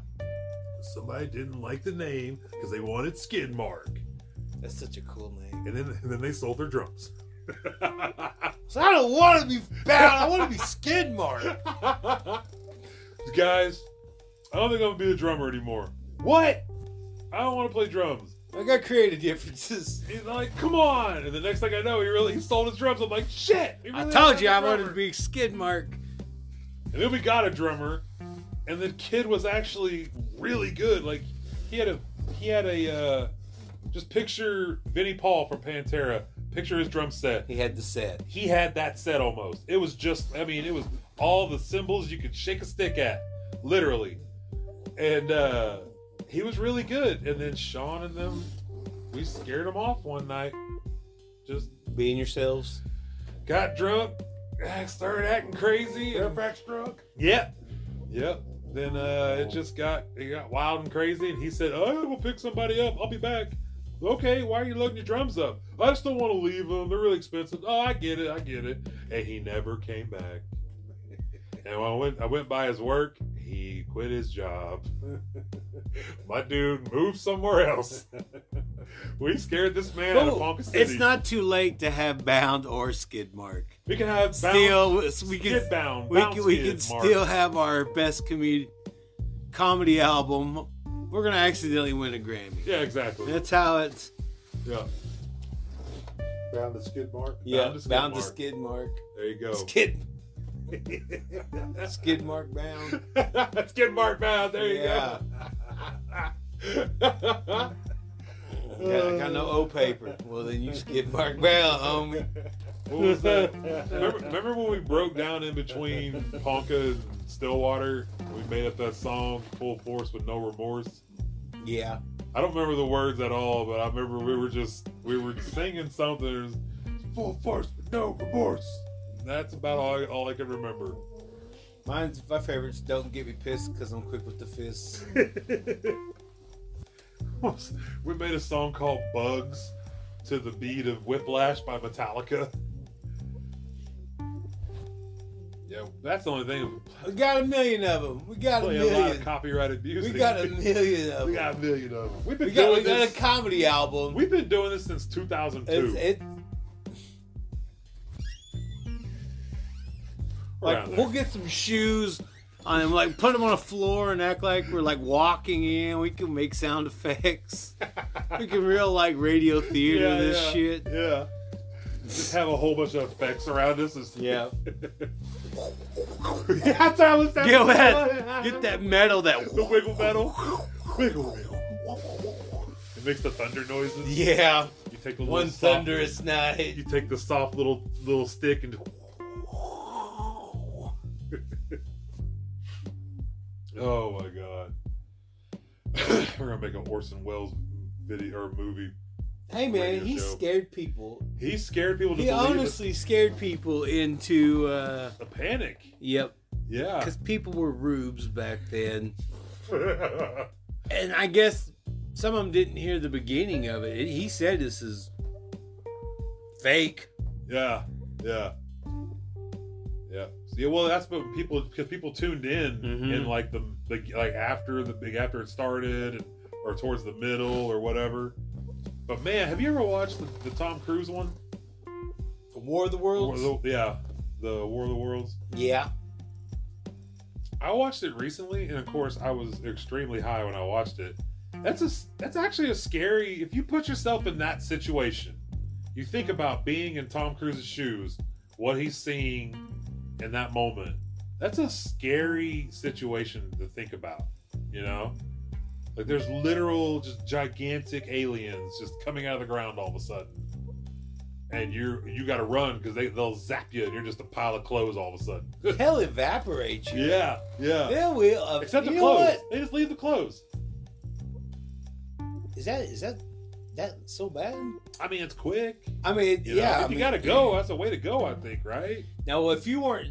Speaker 2: Somebody didn't like the name because they wanted Skidmark,
Speaker 1: That's such a cool name.
Speaker 2: and then and then they sold their drums.
Speaker 1: So I don't want to be bad. I want to be skid mark.
Speaker 2: Guys, I don't think I'm gonna be a drummer anymore.
Speaker 1: What?
Speaker 2: I don't want to play drums.
Speaker 1: I got creative differences.
Speaker 2: He's like, "Come on!" And the next thing I know, he really he sold his drums. I'm like, "Shit!" he
Speaker 1: I
Speaker 2: really
Speaker 1: told
Speaker 2: got
Speaker 1: you
Speaker 2: a
Speaker 1: I wanted to
Speaker 2: drummer."
Speaker 1: be skid mark.
Speaker 2: And then we got a drummer, and the kid was actually really good. Like he had a he had a uh, just picture Vinnie Paul from Pantera. Picture his drum set.
Speaker 1: He had the set.
Speaker 2: He had that set almost. It was just I mean it was all the cymbals you could shake a stick at, literally. And uh, he was really good. And then Sean and them, we scared him off one night. Just
Speaker 1: Being yourselves.
Speaker 2: got drunk, started acting crazy. and-
Speaker 3: Fairfax drug.
Speaker 2: Yep. Yep. Then uh, it just got it got wild and crazy, and he said, "Oh, we'll pick somebody up. I'll be back." Okay, why are you loading your drums up? I just don't want to leave them. They're really expensive. Oh, I get it. I get it. And he never came back. And when I went, I went by his work. He quit his job. My dude moved somewhere else. we scared this man out of
Speaker 1: Well,
Speaker 2: Ponca City.
Speaker 1: it's not too late to have bound or skid mark.
Speaker 2: We can have bound,
Speaker 1: Still, we
Speaker 2: skid
Speaker 1: can
Speaker 2: bound.
Speaker 1: we
Speaker 2: bound
Speaker 1: can, we
Speaker 2: skid,
Speaker 1: can
Speaker 2: Mark.
Speaker 1: still have our best comedy comedy album. We're gonna accidentally win a Grammy.
Speaker 2: Yeah, exactly.
Speaker 1: That's how it's
Speaker 2: Yeah.
Speaker 3: Found the skid mark.
Speaker 1: yeah
Speaker 2: to skid
Speaker 1: bound to
Speaker 2: mark.
Speaker 1: skid mark.
Speaker 2: There you go.
Speaker 1: Skid skid mark bound.
Speaker 2: That's good, Mark Mouth. There you
Speaker 1: Yeah,
Speaker 2: go.
Speaker 3: Uh,
Speaker 1: got, got no O paper. Well then you skid mark bound, homie.
Speaker 2: what was that? Remember, remember when we broke down in between Ponca and Stillwater? We made up that song, Full Force with No Remorse.
Speaker 1: Yeah,
Speaker 2: I don't remember the words at all, but I remember we were just we were singing something. It was, Full Force with No Remorse. That's about all I, all I can remember.
Speaker 1: mine's my favorites. Don't get me pissed because I'm quick with the fists.
Speaker 2: was- we made a song called Bugs to the beat of Whiplash by Metallica. Yeah, that's the only thing.
Speaker 1: We got a million of them. We got a
Speaker 2: Play a lot of
Speaker 1: million.
Speaker 2: copyrighted
Speaker 1: We
Speaker 2: music.
Speaker 1: got a million of them.
Speaker 2: we got a million of them. We've been
Speaker 1: We got, we
Speaker 2: doing
Speaker 1: got a
Speaker 2: this.
Speaker 1: comedy album.
Speaker 2: we've been doing this since 2002.
Speaker 1: It's, it, like
Speaker 2: around
Speaker 1: we'll get some shoes and like put them on a floor and act like we're like walking in. We can make sound effects. we can real like radio
Speaker 2: there.
Speaker 1: theater this
Speaker 2: yeah.
Speaker 1: shit.
Speaker 2: Yeah. Just have a whole bunch of effects around us. It's-
Speaker 1: Yeah,
Speaker 2: that's how it's
Speaker 1: get that, get that metal that.
Speaker 2: The wiggle metal. wiggle wiggle. It makes the thunder noises.
Speaker 1: Yeah,
Speaker 2: You take the
Speaker 1: one
Speaker 2: little soft-
Speaker 1: thunderous night.
Speaker 2: You take the soft little little stick and. oh my god! We're gonna make an Orson Welles video or movie.
Speaker 1: Hey man,
Speaker 2: Radio
Speaker 1: he
Speaker 2: show.
Speaker 1: scared people.
Speaker 2: He scared people to
Speaker 1: He
Speaker 2: believe
Speaker 1: honestly scared people into. uh
Speaker 2: it's a panic.
Speaker 1: Yep,
Speaker 2: Yeah.
Speaker 1: because people were rubes back then.
Speaker 2: yeah.
Speaker 1: and I guess some of them didn't hear the beginning of it. He said this is fake.
Speaker 2: Yeah. Yeah. Yeah, well, that's what people because people tuned in
Speaker 1: Mhm.
Speaker 2: in like the, the like after the big after it started and, or towards the middle or whatever. But man, have you ever watched the, the Tom Cruise one?
Speaker 1: War of the
Speaker 2: War
Speaker 1: Worlds.
Speaker 2: of the, yeah, the War of the Worlds.
Speaker 1: yeah.
Speaker 2: I watched it recently, and of course, I was extremely high when I watched it. That's a that's actually a scary. If you put yourself in that situation, you think about being in Tom Cruise's shoes, what he's seeing in that moment. That's a scary situation to think about. You know, like there's literal just gigantic aliens just coming out of the ground all of a sudden, and you're you got to run because they they'll zap you, and you're just a pile of clothes all of a sudden.
Speaker 1: Hell evaporates you.
Speaker 2: yeah, yeah.
Speaker 1: There will. Uh,
Speaker 2: Except the
Speaker 1: you know
Speaker 2: clothes.
Speaker 1: what?
Speaker 2: They just leave the clothes.
Speaker 1: Is that is that that so bad?
Speaker 2: I mean, it's quick.
Speaker 1: I mean,
Speaker 2: you know?
Speaker 1: yeah.
Speaker 2: If
Speaker 1: I
Speaker 2: you
Speaker 1: mean,
Speaker 2: gotta go, that's a way to go, I think, right?
Speaker 1: Now, if you weren't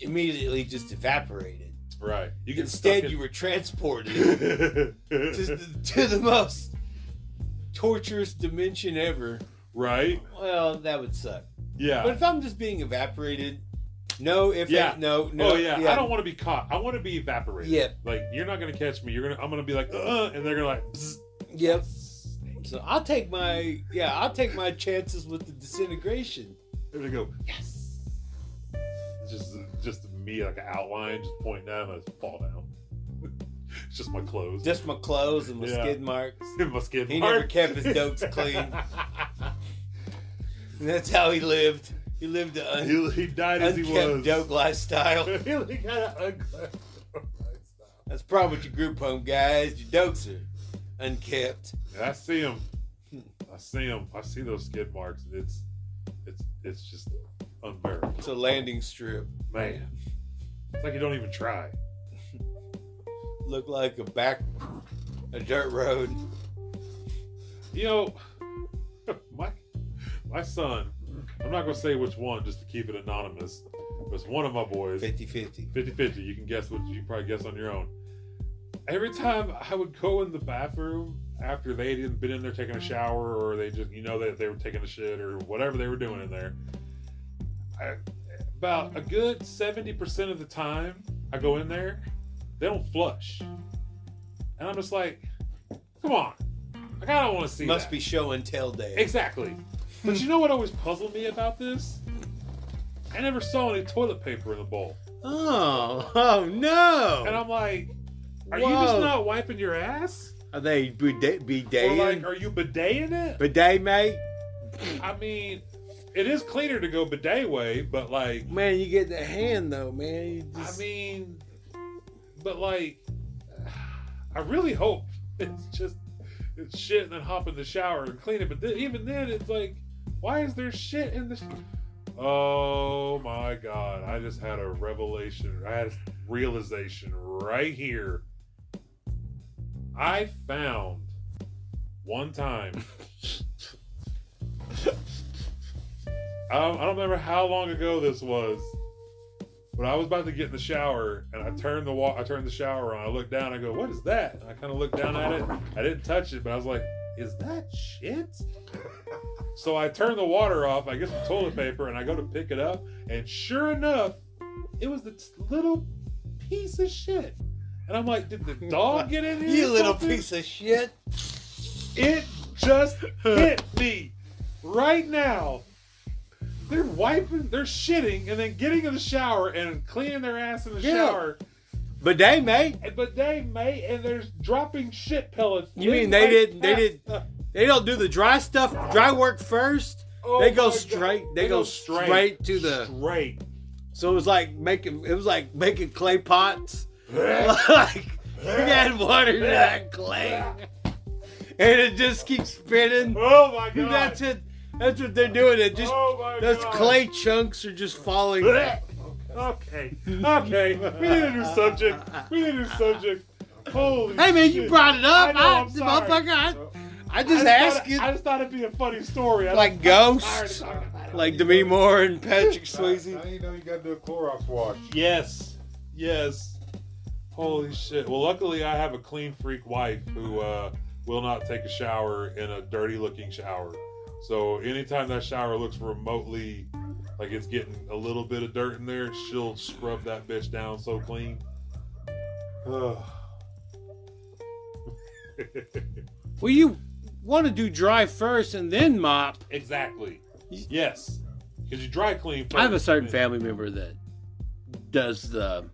Speaker 1: immediately just evaporated,
Speaker 2: Right. You get
Speaker 1: instead
Speaker 2: stuck
Speaker 1: you
Speaker 2: in-
Speaker 1: were transported to, the, to the most torturous dimension ever.
Speaker 2: right?
Speaker 1: Well, that would suck. But
Speaker 2: Yeah.
Speaker 1: if I'm just being evaporated, no, if
Speaker 2: Yeah.
Speaker 1: no, no,
Speaker 2: oh yeah. I don't want to be caught. I want to be evaporated.
Speaker 1: Yeah.
Speaker 2: Like you're not gonna catch me. You're gonna. I'm gonna be like, uh, and they're gonna like. Bzz.
Speaker 1: Yep. So I'll take my yeah, I'll take my chances with the disintegration.
Speaker 2: There they go. Yes. It's just, just me like an outline, just point down, and I just fall down. it's just my clothes.
Speaker 1: Just my clothes and my
Speaker 2: Yeah.
Speaker 1: skid marks.
Speaker 2: my skin.
Speaker 1: He never
Speaker 2: mark.
Speaker 1: kept his dopes clean. And that's how he lived. He lived an un-
Speaker 2: he, he died as he
Speaker 1: unkept
Speaker 2: was.
Speaker 1: dope lifestyle.
Speaker 2: he got an ugly.
Speaker 1: That's the problem with your group home guys. Your dokes are unkept.
Speaker 2: I see him. I see him. I see those skid marks. and It's, it's, it's just unbearable,
Speaker 1: It's a landing strip.
Speaker 2: man. It's like you don't even try.
Speaker 1: Look like a back a dirt road.
Speaker 2: You know, my, my son. I'm not gonna say which one, just to keep it anonymous. But it's one of my boys.
Speaker 1: 50-50.
Speaker 2: 50 50 you can guess what you can probably guess on your own every time i would go in the bathroom after they had been in there taking a shower or they just you know that they were taking a shit or whatever they were doing in there I, about a good 70% of the time i go in there they don't flush and i'm just like come on like, i don't want to see
Speaker 1: Must
Speaker 2: that.
Speaker 1: be show and tell day.
Speaker 2: Exactly. But you know what always puzzled me about this? I never saw any toilet paper in the bowl.
Speaker 1: Oh, oh no!
Speaker 2: And I'm like, are you just
Speaker 1: Whoa.
Speaker 2: not wiping your ass?
Speaker 1: Are they bidet,
Speaker 2: Or like,
Speaker 1: bideting?
Speaker 2: are you bideting it?
Speaker 1: bidet, mate?
Speaker 2: I mean, it is cleaner to go bidet way, but like,
Speaker 1: Man, you get that hand though, man. You
Speaker 2: I
Speaker 1: just,
Speaker 2: mean, but like, I really hope it's just it's shit and then hop in the shower and clean it. But then, even then, it's like, why is there shit in this? Oh my god! I just had a revelation. I had a realization right here. I found one time. I don't, Um, I don't remember how long ago this was, but I was about to get in the shower and I turned the wa- I turned the shower on. I looked down. I go, "What is that?" And I kind of looked down at it. I didn't touch it, but I was like, "Is that shit?" so I turn the water off. I get some toilet paper and I go to pick it up, and sure enough, it was this little piece of shit. And I'm like, "Did the dog get in here?"
Speaker 1: you
Speaker 2: or
Speaker 1: little
Speaker 2: something?"
Speaker 1: piece of shit.
Speaker 2: It just hit me right now. They're wiping, they're shitting, and then getting in the shower and cleaning their ass in the
Speaker 1: Yeah.
Speaker 2: shower.
Speaker 1: Bidet, mate.
Speaker 2: And- But they may, and they're dropping shit pellets.
Speaker 1: You
Speaker 2: in
Speaker 1: mean they
Speaker 2: my
Speaker 1: didn't- they
Speaker 2: ass.
Speaker 1: didn't- They don't do the dry stuff, dry work first.
Speaker 2: Oh
Speaker 1: they go
Speaker 2: my God.
Speaker 1: straight. They, go, straight, to the.
Speaker 2: straight.
Speaker 1: So it was like making. It was like making clay pots. like you add water to that clay, and it just keeps spinning.
Speaker 2: Oh my god!
Speaker 1: That's it. That's what they're doing. It just
Speaker 2: oh my
Speaker 1: those
Speaker 2: God.
Speaker 1: clay chunks are just falling.
Speaker 2: Okay, okay. We need a new subject. We need a new subject. Holy
Speaker 1: Hey man, you
Speaker 2: shit.
Speaker 1: brought it up.
Speaker 2: I
Speaker 1: I,
Speaker 2: know, I'm sorry.
Speaker 1: motherfucker, I, I
Speaker 2: I
Speaker 1: just
Speaker 2: thought-
Speaker 1: asked you.
Speaker 2: I just thought it'd be a funny story. I
Speaker 1: Like
Speaker 2: just-
Speaker 1: ghosts,
Speaker 2: I'm tired of talking about it.
Speaker 1: like Demi Moore and Patrick
Speaker 3: Now
Speaker 1: Swayze.
Speaker 3: you know you got to do a Clorox wash.
Speaker 2: Yes. Yes. Holy shit. Well, luckily I have a clean freak wife who uh, will not take a shower in a dirty looking shower. So anytime that shower looks remotely Like it's getting a little bit of dirt in there. She'll scrub that bitch down so clean.
Speaker 1: Well, you want to do dry first and then mop.
Speaker 2: exactly. Yes. Because you dry clean first.
Speaker 1: I have a certain
Speaker 2: family.
Speaker 1: family member that does the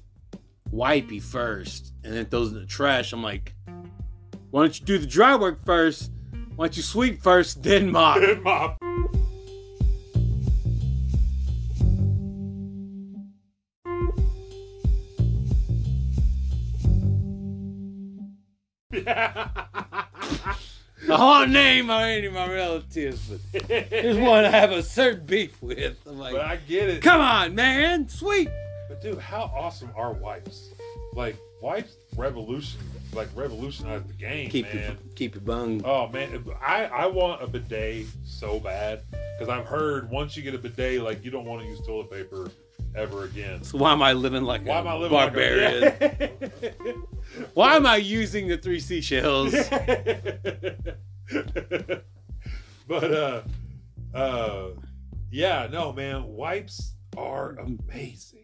Speaker 1: wipey first and then throws it in the trash. I'm like, why don't you do the dry work first? Why don't you sweep first, then mop?
Speaker 2: Good mop.
Speaker 1: I won't name any of my relatives, but there's one I have a certain beef with. I'm like,
Speaker 2: But I get it.
Speaker 1: come on, man, sweep.
Speaker 2: But dude, how awesome are wipes? Like wipes revolution, like revolutionized the game,
Speaker 1: Keep your
Speaker 2: man.
Speaker 1: keep your bung.
Speaker 2: Oh man, I I want a bidet so bad because I've heard once you get a bidet, like you don't want to use toilet paper ever again.
Speaker 1: So why am I living like
Speaker 2: Why
Speaker 1: a
Speaker 2: am I living
Speaker 1: barbarian?
Speaker 2: Like a,
Speaker 1: Why am I using the three seashells?
Speaker 2: but uh uh yeah no man wipes are amazing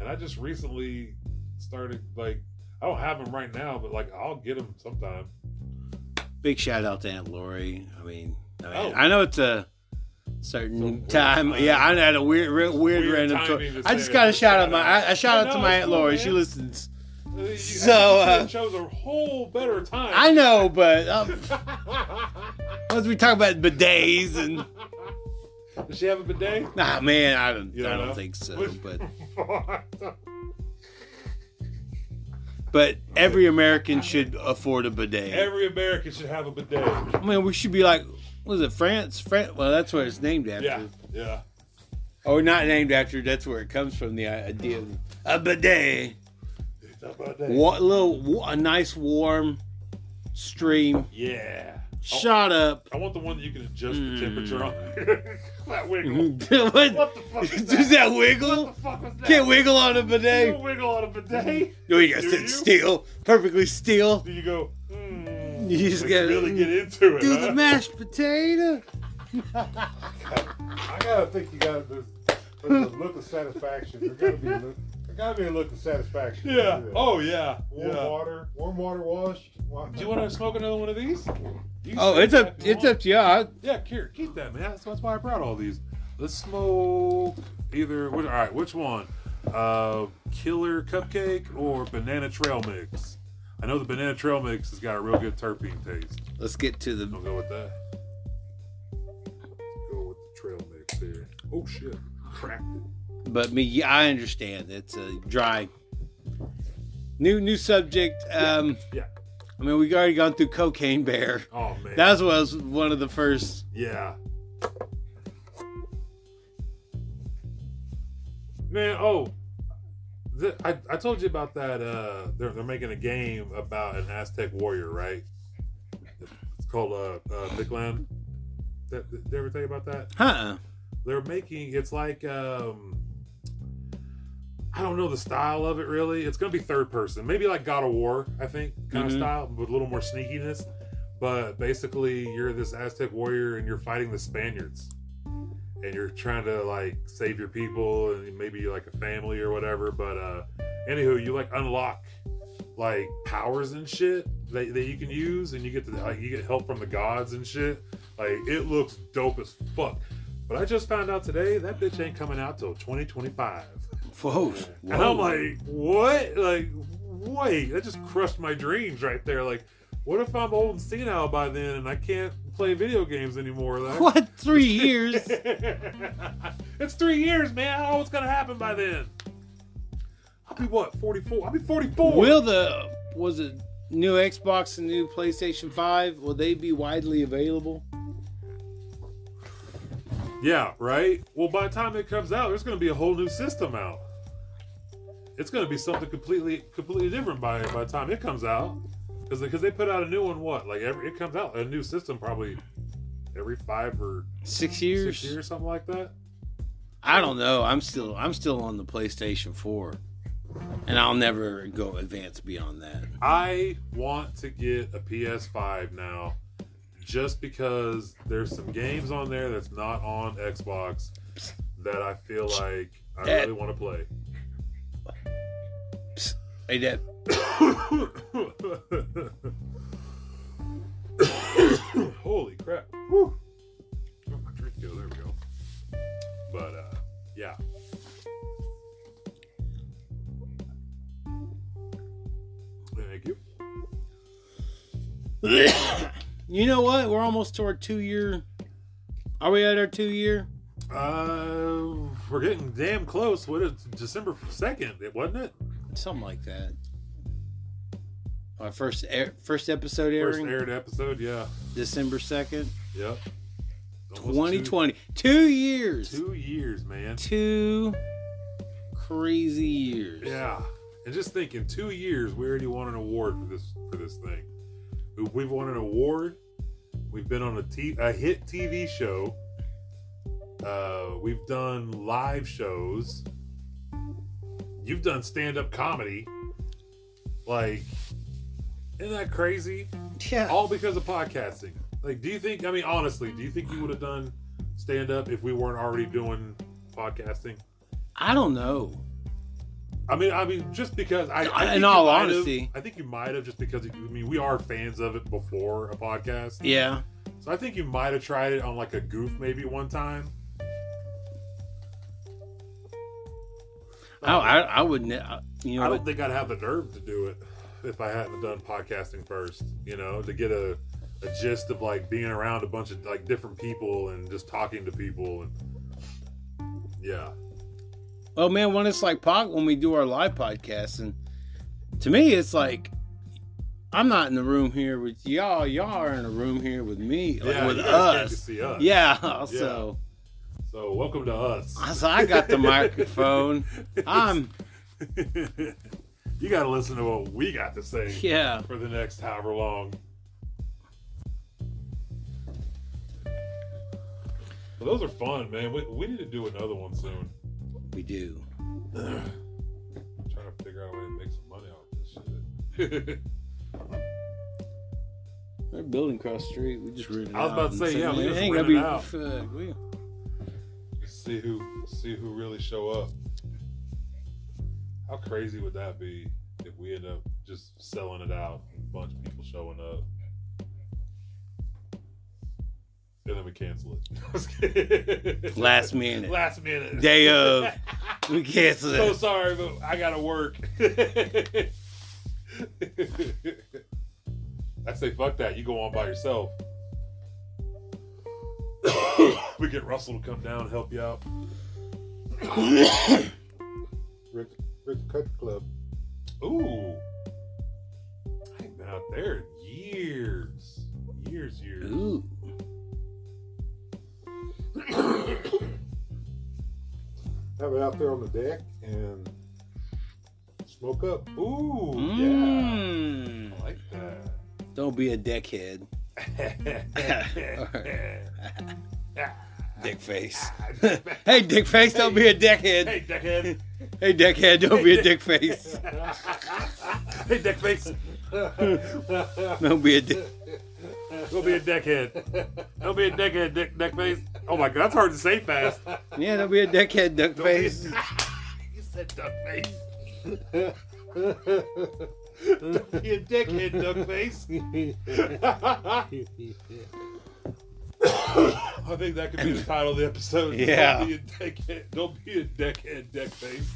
Speaker 2: and i just recently started like i don't have them right now but like i'll get them sometime
Speaker 1: Big shout out to Aunt Lori. I mean, I, mean,
Speaker 2: Oh.
Speaker 1: I know it's a certain
Speaker 2: weird
Speaker 1: time.
Speaker 2: time.
Speaker 1: Yeah, I had a weird, weird, weird
Speaker 2: Weird
Speaker 1: random.
Speaker 2: timing
Speaker 1: To-
Speaker 2: to
Speaker 1: I just
Speaker 2: say
Speaker 1: got
Speaker 2: it.
Speaker 1: to shout out my. I, I
Speaker 2: I
Speaker 1: shout out to
Speaker 2: know,
Speaker 1: my
Speaker 2: it's
Speaker 1: Aunt
Speaker 2: cool,
Speaker 1: Lori.
Speaker 2: man.
Speaker 1: She listens.
Speaker 2: Uh, you-
Speaker 1: So,
Speaker 2: I think
Speaker 1: uh,
Speaker 2: it shows a whole better time
Speaker 1: I know, but um, once we talk about bidets and
Speaker 2: does she have a bidet
Speaker 1: nah, man, I don't.
Speaker 2: You
Speaker 1: I
Speaker 2: don't
Speaker 1: don't
Speaker 2: know?
Speaker 1: think so.
Speaker 2: What-
Speaker 1: But but every American should afford a bidet.
Speaker 2: every american should have a bidet
Speaker 1: I mean, we should be like, was it France? France? Well, that's what it's named after.
Speaker 2: yeah yeah
Speaker 1: Or not named after. That's where it comes from. The idea of a bidet. What little wa- a nice warm stream
Speaker 2: yeah
Speaker 1: shot up.
Speaker 2: I want the one that you can adjust the temperature on. that wiggle.
Speaker 1: what?
Speaker 2: What the fuck is
Speaker 1: Does
Speaker 2: that?
Speaker 1: Mm. Mm-hmm. that wiggle?
Speaker 2: What the fuck was that?
Speaker 1: Can't wiggle Mm-hmm. on a
Speaker 2: You
Speaker 1: bidet.
Speaker 2: don't wiggle on a bidet.
Speaker 1: No, you gotta
Speaker 2: Do
Speaker 1: sit
Speaker 2: you?
Speaker 1: still, perfectly still.
Speaker 2: Do you go? Hmm.
Speaker 1: You just
Speaker 2: Like,
Speaker 1: gotta mm.
Speaker 2: really get into it.
Speaker 1: do
Speaker 2: huh?
Speaker 1: the mashed potato.
Speaker 3: I gotta think you gotta do there's a look of satisfaction. There gotta be a look, there gotta be a look of satisfaction. when you
Speaker 2: Yeah.
Speaker 3: do that.
Speaker 2: Oh yeah.
Speaker 3: warm
Speaker 2: yeah.
Speaker 3: water, warm water wash. Wa-
Speaker 2: Do you want to smoke another one of these? You
Speaker 1: Oh,
Speaker 2: can
Speaker 1: it's
Speaker 2: smoke
Speaker 1: up,
Speaker 2: that if you
Speaker 1: it's
Speaker 2: want.
Speaker 1: up to y'all.
Speaker 2: Yeah, here, keep that, man. That's, that's why I brought all these. Let's smoke either. Which, all right, which one? Uh, killer cupcake or banana trail mix? I know the banana trail mix has got a real good terpene taste.
Speaker 1: Let's get to the
Speaker 2: I'll go with that. Go with the trail mix here. Oh shit, cracked it.
Speaker 1: but me yeah, i understand it's a dry new new subject um
Speaker 2: Yeah.
Speaker 1: i mean we've already gone through cocaine bear
Speaker 2: Oh man.
Speaker 1: that was, was one of the first
Speaker 2: yeah. Man, oh, th- I, I told you about that. Uh, they're they're making a game about an Aztec warrior, right? It's called uh, uh Mictlan. Did, did I ever tell you about that?
Speaker 1: huh
Speaker 2: they're making it's like um I don't know the style of it really. It's gonna be third person, maybe like God of War, I think, kind
Speaker 1: Mhm.
Speaker 2: of style, with a little more sneakiness. But basically, you're this Aztec warrior and you're fighting the Spaniards, and you're trying to like save your people and maybe like a family or whatever. But uh, anywho, you like unlock like powers and shit that, that you can use, and you get to like you get help from the gods and shit. Like it looks dope as fuck. But I just found out today that bitch ain't coming out till 2025.
Speaker 1: whoa,
Speaker 2: And I'm
Speaker 1: whoa.
Speaker 2: like, what? Like, wait, that just crushed my dreams right there. Like, what if I'm old and senile by then and I can't play video games anymore? Like,
Speaker 1: what three years
Speaker 2: it's three years, man. I don't know what's gonna happen by then. I'll be what, 44? I'll be 44.
Speaker 1: will the was it new xbox and new playstation 5 will they be widely available
Speaker 2: Yeah, right? Well, by the time it comes out, there's going to be a whole new system out. It's going to be something completely completely different by by the time it comes out. Cuz cuz they put out a new one what? Like every it comes out a new system probably every 5 or
Speaker 1: six years,
Speaker 2: 6 years something like that.
Speaker 1: i don't know i'm still i'm still on the playstation 4 and i'll never go advance beyond that
Speaker 2: I want to get a PS5 now just because there's some games on there that's not on Xbox that I feel like I
Speaker 1: That-
Speaker 2: really want to play.
Speaker 1: Like that.
Speaker 2: Holy crap. Woo. Oh, my drink go. There we go. But, uh, yeah. Thank you.
Speaker 1: you know what? We're almost to our two year. Are we at our two year?
Speaker 2: Uh, we're getting damn close. What is December 2nd, it wasn't it?
Speaker 1: Something like that. Our first air, first episode
Speaker 2: First
Speaker 1: airing
Speaker 2: aired episode, yeah.
Speaker 1: December second,
Speaker 2: Yep. Almost
Speaker 1: twenty twenty. Two years.
Speaker 2: Two, two years, man.
Speaker 1: Two crazy years.
Speaker 2: Yeah, and just think, in two years, we already won an award for this for this thing. We- We've won an award. We've been on a t- a hit TV show. Uh, we've done live shows. You've done stand up comedy. Like, isn't that crazy?
Speaker 1: Yeah.
Speaker 2: All because of podcasting. Like, do you think? I mean, honestly, do you think you would have done stand up if we weren't already doing podcasting?
Speaker 1: I don't know.
Speaker 2: I mean, I mean, just because I, I
Speaker 1: In
Speaker 2: think you
Speaker 1: all
Speaker 2: might have-
Speaker 1: honesty.
Speaker 2: I think you might have just because I mean, we are fans of it before a podcast,
Speaker 1: Yeah.
Speaker 2: so I think you might have tried it on like a goof maybe one time.
Speaker 1: I I, I wouldn't. I- You
Speaker 2: I
Speaker 1: know.
Speaker 2: don't think I'd have the nerve to do it if I hadn't done podcasting first, you know, to get a, a gist of like being around a bunch of like different people and just talking to people and yeah,
Speaker 1: Oh man, when it's like pod, when we do our live podcast, and to me, it's like I'm not in the room here with y'all. Y'all are in the room here with me, like,
Speaker 2: yeah,
Speaker 1: with
Speaker 2: you guys came to
Speaker 1: us.
Speaker 2: see us.
Speaker 1: Yeah. So,
Speaker 2: So welcome to us.
Speaker 1: so I got the microphone. I'm
Speaker 2: you got to listen to what we got to say
Speaker 1: yeah.
Speaker 2: for the next however long. Well, those are fun, man. We, we need to do another one soon.
Speaker 1: We do.
Speaker 2: I'm trying to figure out a way to make some money off this shit.
Speaker 1: They're building across the street. We just rented.
Speaker 2: I was about to say, yeah, we just rent it out."
Speaker 1: Fuck, we-
Speaker 2: see who see who really show up. How crazy would that be if we end up just selling it out and a bunch of people showing up? And then we cancel it. Just kidding.
Speaker 1: Last minute.
Speaker 2: Last minute.
Speaker 1: Day of. We cancel
Speaker 2: so
Speaker 1: it.
Speaker 2: sorry, but I gotta work. I say fuck that. You go on by yourself. we get Russell to come down and help you out.
Speaker 3: Rick, Rick Cut Club.
Speaker 2: Ooh. I ain't been out there in years. Years, years.
Speaker 1: Ooh.
Speaker 3: Have it out there on the deck and smoke up.
Speaker 2: Ooh,
Speaker 1: Mm.
Speaker 2: yeah. I like that.
Speaker 1: Don't be a dickhead. Dick face. hey, dick face, don't be a dickhead.
Speaker 2: hey, dickhead.
Speaker 1: Hey, dickhead, don't be a dick face.
Speaker 2: hey, dickface.
Speaker 1: Don't be a dick.
Speaker 2: Don't be a dickhead. Don't be a dickhead, dick, dickface. Oh my god, that's hard to say fast.
Speaker 1: Yeah, don't be a dickhead, duck
Speaker 2: Don't be-
Speaker 1: face.
Speaker 2: you said duckface. Don't be a dickhead, duckface. I think that could be the title of the episode.
Speaker 1: Yeah.
Speaker 2: Don't be a dickhead. Don't be a dickhead, deckface.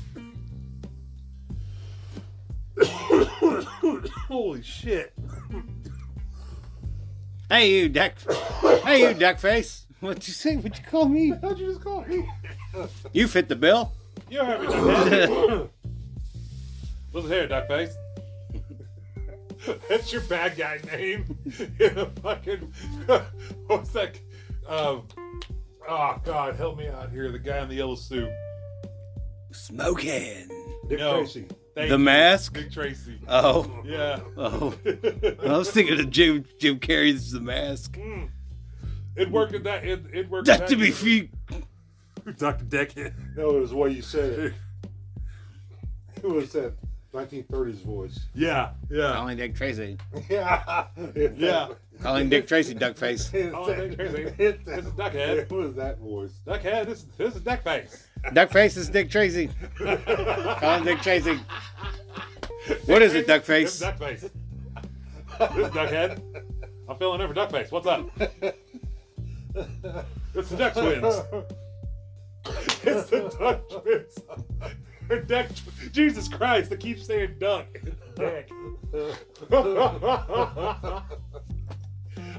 Speaker 2: Holy shit.
Speaker 1: Hey, you duck. Hey, you duck face. What'd you say? What'd you call me?
Speaker 2: How'd you just call me?
Speaker 1: You fit the bill.
Speaker 2: You don't have me duckhead. Listen here, duckface. That's your bad guy name. In a fucking what's that? Um, oh God, help me out here. The guy in the yellow suit.
Speaker 1: Smoking.
Speaker 3: Dick
Speaker 2: No.
Speaker 3: Tracy.
Speaker 2: Thank
Speaker 1: The
Speaker 2: you.
Speaker 1: mask.
Speaker 2: Dick Tracy.
Speaker 1: Oh,
Speaker 2: Yeah.
Speaker 1: oh. I was thinking of Jim. Jim Carrey's The Mask.
Speaker 2: It worked in that. It, it worked. in
Speaker 1: Duck
Speaker 2: that
Speaker 1: to be
Speaker 2: universe.
Speaker 1: feet.
Speaker 2: Dr. Deckhead.
Speaker 3: No, it was the way you said it. It was that 1930s voice.
Speaker 2: Yeah, yeah.
Speaker 1: Only Dick Tracy.
Speaker 3: Yeah.
Speaker 2: Yeah.
Speaker 1: Calling Dick Tracy Duckface.
Speaker 2: Oh, I think there's a-
Speaker 3: It's
Speaker 2: there's a
Speaker 3: that-
Speaker 2: duckhead.
Speaker 3: It was that voice.
Speaker 2: Duckhead, this this is Duckface.
Speaker 1: Duckface is Dick Tracy. Calling Dick Tracy. What is it,
Speaker 2: This is
Speaker 1: Duckface?
Speaker 2: Duckface. This is Duckhead. I'm filling in for Duckface. What's up? It's the Duck Twins. It's the Duck Twins. Or Duck Tw- Jesus Christ, they keep saying Duck. Duck.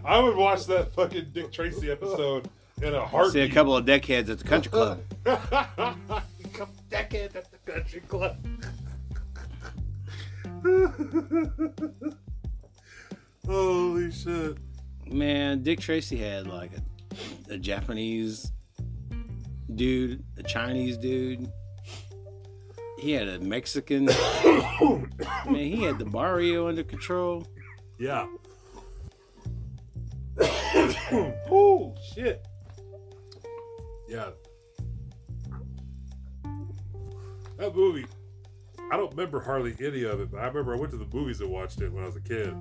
Speaker 2: I would watch that fucking Dick Tracy episode in a heartbeat.
Speaker 1: See a couple of deckheads at the country club.
Speaker 2: Come decade at the country club.
Speaker 3: Holy shit.
Speaker 1: Man, Dick Tracy had like a, a Japanese dude, a Chinese dude. He had a Mexican. Man, he had the barrio under control.
Speaker 2: Yeah. oh shit. Yeah. That movie. I don't remember hardly any of it, but I remember I went to the movies and watched it when I was a kid.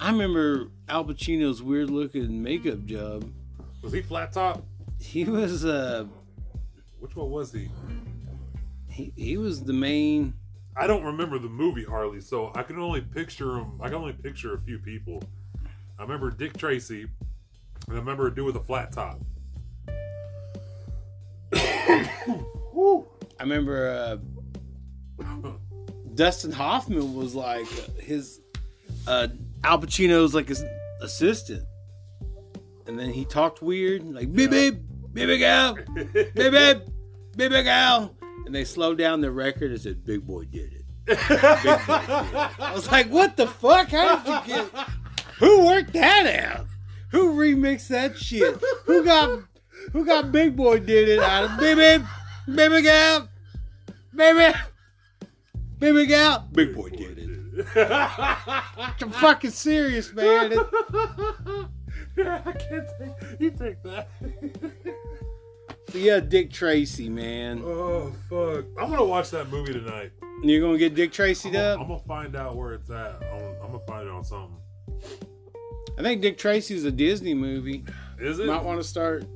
Speaker 1: I remember Al Pacino's weird looking makeup job.
Speaker 2: Was he flat top?
Speaker 1: He was uh
Speaker 2: Which one was he?
Speaker 1: he, he was the main
Speaker 2: I don't remember the movie hardly, so I can only picture him. I can only picture a few people. I remember Dick Tracy, and I remember a dude with a flat top.
Speaker 1: I remember uh Dustin Hoffman was like his uh Al Pacino's like his assistant. And then he talked weird, like beep beep, baby gal, beep beep, baby gal. And they slowed down the record and said, Big boy did it. Big boy did it. I was like, what the fuck? How did you get who worked that out? Who remixed that shit? Who got who got Big Boy did it out of Baby Baby Gal Baby Baby Gal Big Boy did it. I'm fucking serious, man. It-
Speaker 2: Yeah, I can't take. You take that.
Speaker 1: yeah, Dick Tracy, man.
Speaker 2: oh fuck! I'm gonna watch that movie tonight.
Speaker 1: You're gonna get Dick
Speaker 2: I'm
Speaker 1: Tracy
Speaker 2: gonna,
Speaker 1: up?
Speaker 2: I'm gonna find out where it's at. I'm, I'm gonna find it on something.
Speaker 1: I think Dick Tracy's a Disney movie.
Speaker 2: Is it?
Speaker 1: Might want to start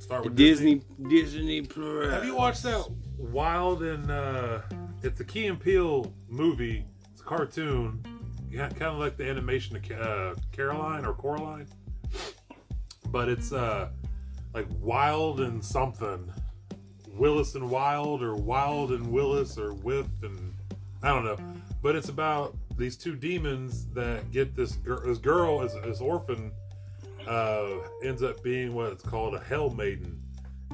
Speaker 2: Start with
Speaker 1: Disney Disney Plus.
Speaker 2: Have you watched that Wild and uh it's a Key and Peele movie. It's a cartoon. Yeah, kind of like the animation of Ca- uh, Caroline or Coraline. But it's uh like Wild and something. Willis and Wild or Wild and Willis or Whiff and I don't know. But it's about these two demons that get this girl this girl is this orphan uh ends up being what it's called a hell maiden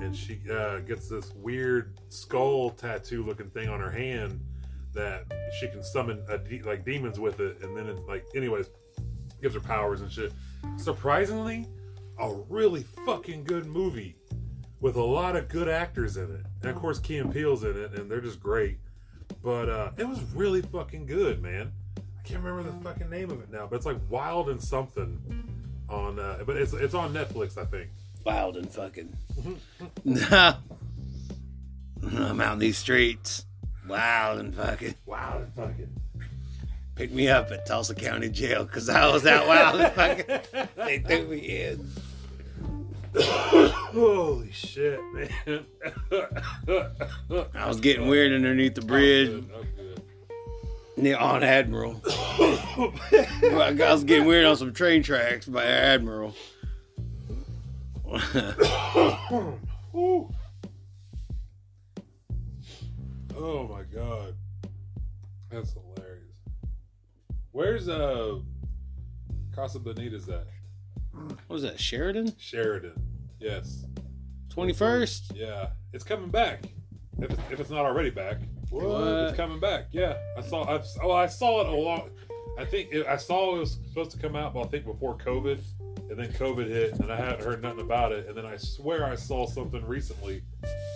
Speaker 2: and she uh, gets this weird skull tattoo looking thing on her hand that she can summon a de- like demons with it and then it, like anyways gives her powers and shit surprisingly a really fucking good movie with a lot of good actors in it and of course Key and Peele's in it and they're just great but uh, it was really fucking good man I can't remember the fucking name of it now but it's like Wild and something on uh, but it's it's on Netflix I think
Speaker 1: wild and fucking. No.
Speaker 2: Mm-hmm.
Speaker 1: I'm out in these streets, wild and fucking.
Speaker 2: Wild and fucking
Speaker 1: Pick me up at Tulsa County Jail because I was out wild and fucking. They threw me in.
Speaker 2: Holy shit, man.
Speaker 1: I was getting weird underneath the bridge near on Admiral. I was getting weird on some train tracks by Admiral.
Speaker 2: Oh my god. That's hilarious. Where's uh Casa Bonita's at?
Speaker 1: What was that, Sheridan?
Speaker 2: Sheridan. Yes.
Speaker 1: 21st?
Speaker 2: Yeah. It's coming back. If it's, if it's not already back. It's coming back. Yeah. I saw I've, oh I saw it a lot. I think it, I saw it was supposed to come out, but I think before COVID, and then COVID hit, and I hadn't heard nothing about it. And then I swear I saw something recently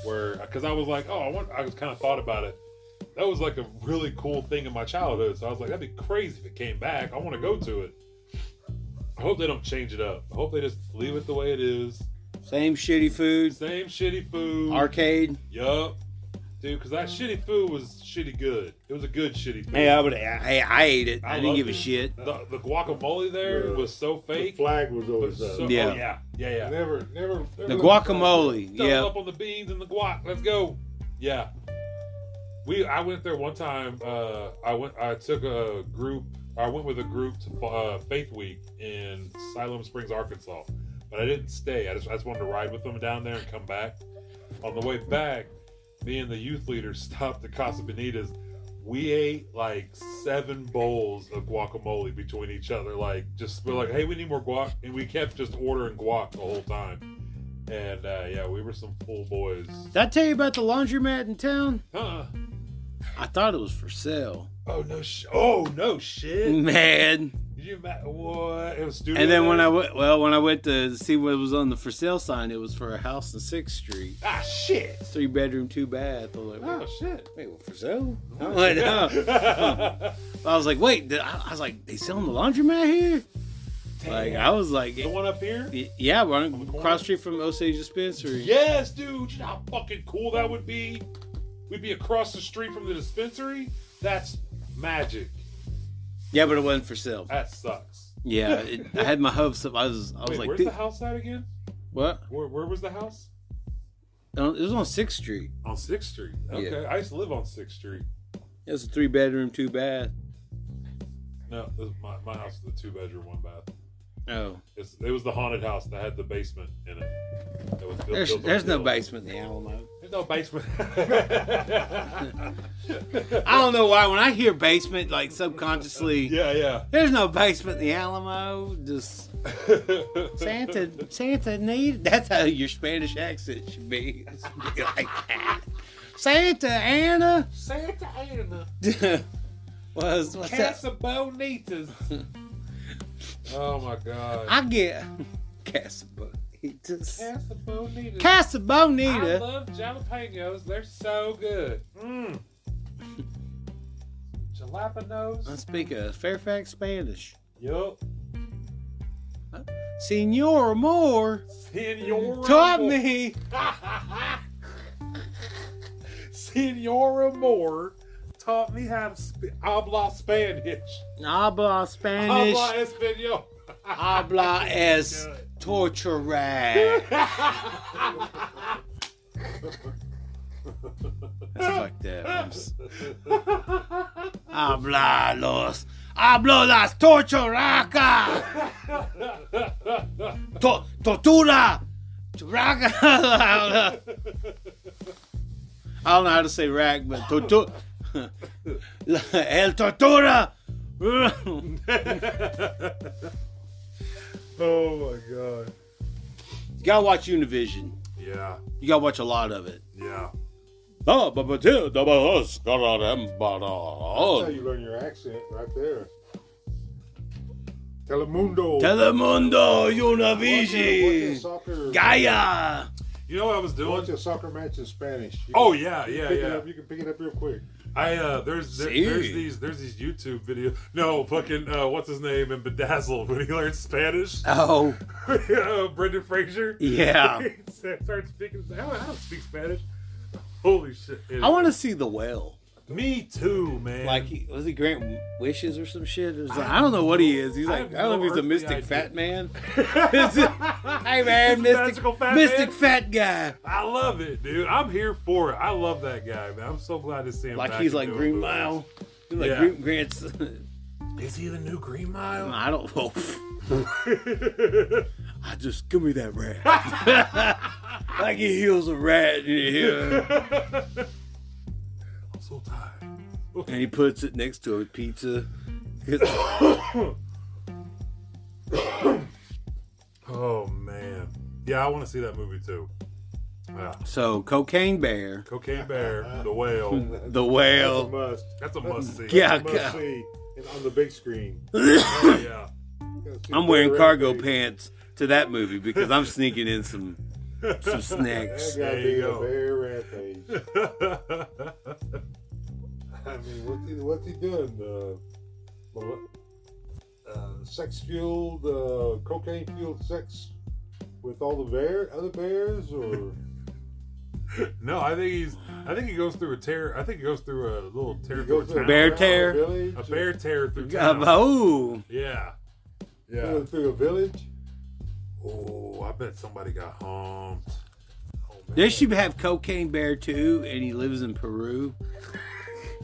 Speaker 2: where because I was like, oh, I want. I was kind of thought about it. That was like a really cool thing in my childhood. So I was like, that'd be crazy if it came back. I want to go to it. I hope they don't change it up. I hope they just leave it the way it is.
Speaker 1: Same shitty food,
Speaker 2: Same shitty food.
Speaker 1: arcade.
Speaker 2: Yup. dude. Because that shitty food was shitty good. It was a good shitty food.
Speaker 1: Hey, I would. Hey, I ate it. I, didn't
Speaker 2: loved
Speaker 1: give a
Speaker 2: it.
Speaker 1: shit.
Speaker 2: The, the guacamole there
Speaker 3: Yeah.
Speaker 2: was so
Speaker 3: The
Speaker 2: fake.
Speaker 3: flag was
Speaker 2: but
Speaker 3: always
Speaker 2: so,
Speaker 3: up.
Speaker 1: Yeah.
Speaker 2: yeah. yeah, yeah, yeah.
Speaker 3: Never, never.
Speaker 1: The guacamole.
Speaker 2: Double
Speaker 1: Yeah.
Speaker 2: up on the beans and the guac. Let's go. Yeah. We I went there one time. Uh, I went. I took a group. I went with a group to uh, Faith Week in Siloam Springs, Arkansas. But I didn't stay. I just I just wanted to ride with them down there and come back. On the way back, me and the youth leader stopped at Casa Benita's. We ate like seven bowls of guacamole between each other. Like, just we're like, hey, we need more guac. And we kept just ordering guac the whole time. And uh, yeah, we were some full boys.
Speaker 1: Did I tell you about the laundromat in town?
Speaker 2: Huh?
Speaker 1: I thought it was for sale.
Speaker 2: Oh no! Sh- oh no! Shit!
Speaker 1: Man.
Speaker 2: Did you ma- what? It was studio.
Speaker 1: And then when
Speaker 2: days?
Speaker 1: I went, well, when I went to see what was on the for sale sign, it was for a house in Sixth Street,
Speaker 2: ah shit!
Speaker 1: three bedroom, two bath. I was like,
Speaker 2: Oh
Speaker 1: wait,
Speaker 2: shit!
Speaker 1: wait, well, for sale? I'm like, no. I was like, wait, did- I I was like, they selling the laundromat here? Like, I was like,
Speaker 2: the one up here?
Speaker 1: y- yeah, we're on
Speaker 2: the corner?
Speaker 1: cross street from Osage Dispensary.
Speaker 2: Yes, dude. You know how fucking cool that would be. We'd be across the street from the dispensary. That's magic.
Speaker 1: Yeah, but it wasn't for sale.
Speaker 2: That sucks.
Speaker 1: Yeah, it, I had my hopes up. I was, I was
Speaker 2: Wait,
Speaker 1: like,
Speaker 2: where's
Speaker 1: "Dude,
Speaker 2: the house at again?
Speaker 1: what?
Speaker 2: Where, where was the house?
Speaker 1: Uh, It was on Sixth Street.
Speaker 2: On Sixth Street. Okay, I used to live on Sixth Street.
Speaker 1: It was a three bedroom, two bath.
Speaker 2: No, this- my, my house is a two bedroom, one bath.
Speaker 1: Oh,
Speaker 2: It's, it was the haunted house that had the basement in it. That was built-
Speaker 1: there's
Speaker 2: built on
Speaker 1: there's no
Speaker 2: hills.
Speaker 1: basement in the Alamo.
Speaker 2: There's no basement.
Speaker 1: I don't know why when I hear basement, like subconsciously,
Speaker 2: yeah, yeah.
Speaker 1: there's no basement in the Alamo. Just Santa, Santa need. That's how your Spanish accent should be. It should be like that. Santa Ana
Speaker 2: Santa Ana.
Speaker 1: was what's that?
Speaker 2: Casa Bonitas. oh my God.
Speaker 1: I get Casabonitas.
Speaker 2: Casa Bonitas. I
Speaker 1: Casabonita.
Speaker 2: love jalapenos. They're so good. Mm.
Speaker 1: I
Speaker 2: Jalapenos.
Speaker 1: speak a Fairfax Spanish.
Speaker 2: Yup.
Speaker 1: Senor Moore
Speaker 2: Senora.
Speaker 1: taught
Speaker 2: Moore.
Speaker 1: me.
Speaker 2: Senora Moore taught me how to speak habla Spanish.
Speaker 1: Habla Spanish.
Speaker 2: Habla Espanol.
Speaker 1: Habla es torturar. That's fucked up. I'm s- Habla los. Hablo las torturacas. To, tortura. Raga. I don't know how to say rag, but tortura. El tortura. you
Speaker 2: oh my god.
Speaker 1: gotta watch Univision.
Speaker 2: Yeah,
Speaker 1: You gotta watch a lot of it.
Speaker 2: yeah.
Speaker 1: Ah, but Matilda was gonna remember. Oh.
Speaker 3: That's how you learn your accent right there. Telemundo.
Speaker 1: Telemundo
Speaker 3: Watch a- watch a
Speaker 1: Univision.
Speaker 3: soccer-
Speaker 1: Gaia.
Speaker 2: You know what I was doing?
Speaker 3: Watch a soccer match in Spanish. You
Speaker 2: Oh
Speaker 3: can
Speaker 2: yeah, yeah,
Speaker 3: pick it
Speaker 2: yeah.
Speaker 3: up- You can pick it up real quick.
Speaker 2: I uh, there's there,
Speaker 1: See.
Speaker 2: there's these there's these YouTube videos. No, fucking uh, what's his name in Bedazzled when he learns Spanish?
Speaker 1: Oh,
Speaker 2: uh, Brendan Fraser.
Speaker 1: Yeah.
Speaker 2: he starts speaking. I don't, I don't speak Spanish. Holy shit!
Speaker 1: I want to see the whale.
Speaker 2: Me too, man.
Speaker 1: Like, he- was he Grant Wishes or some shit? It was like, I don't know what he is. He's like,
Speaker 2: I
Speaker 1: I
Speaker 2: have
Speaker 1: don't know if
Speaker 2: no
Speaker 1: he's a
Speaker 2: earthly
Speaker 1: mystic
Speaker 2: idea.
Speaker 1: fat man. Is it- hey man,
Speaker 2: He's a
Speaker 1: mystic,
Speaker 2: magical fat
Speaker 1: mystic
Speaker 2: man.
Speaker 1: fat guy.
Speaker 2: I love it, dude. I'm here for it. I love that guy, man. I'm so glad to see him.
Speaker 1: Like
Speaker 2: back
Speaker 1: he's
Speaker 2: and
Speaker 1: like
Speaker 2: doing
Speaker 1: Green
Speaker 2: movies.
Speaker 1: Mile. He's like
Speaker 2: Yeah.
Speaker 1: Green Grant's.
Speaker 2: Is he the new Green Mile?
Speaker 1: I don't know. I just give me that rat. like he heals a rat in here.
Speaker 2: I'm so tired.
Speaker 1: And he puts it next to a pizza.
Speaker 2: Oh man. Yeah, I want to see that movie too. Yeah.
Speaker 1: so cocaine bear,
Speaker 2: Cocaine Bear, The Whale.
Speaker 1: the
Speaker 3: That's a
Speaker 1: whale.
Speaker 3: must.
Speaker 2: That's a must see.
Speaker 1: Yeah.
Speaker 3: That's a must see. And on the big screen.
Speaker 2: Oh, yeah.
Speaker 3: Gotta see
Speaker 1: I'm wearing
Speaker 3: Peter
Speaker 1: cargo
Speaker 3: Rampage.
Speaker 1: pants to that movie because I'm sneaking in some some snacks. Uh,
Speaker 3: That
Speaker 2: There
Speaker 3: gotta be
Speaker 2: you
Speaker 3: a
Speaker 2: go.
Speaker 3: bear rampage. I mean, what's he, what's he doing? Uh, mole- uh, sex fueled, uh, cocaine fueled sex with all the bear, other bears, or
Speaker 2: No, I think he's. I think he goes through a tear. I think he goes through a little tear
Speaker 3: You
Speaker 2: through
Speaker 3: go
Speaker 2: a
Speaker 3: through
Speaker 2: town.
Speaker 3: a
Speaker 1: Bear
Speaker 3: town,
Speaker 1: tear.
Speaker 3: village,
Speaker 2: A bear tear through
Speaker 1: Um,
Speaker 2: town.
Speaker 1: oh,
Speaker 2: Yeah, yeah.
Speaker 3: Going through a village.
Speaker 2: Oh, I bet somebody got humped. Oh, man.
Speaker 1: they should have Cocaine Bear too, and he lives in Peru.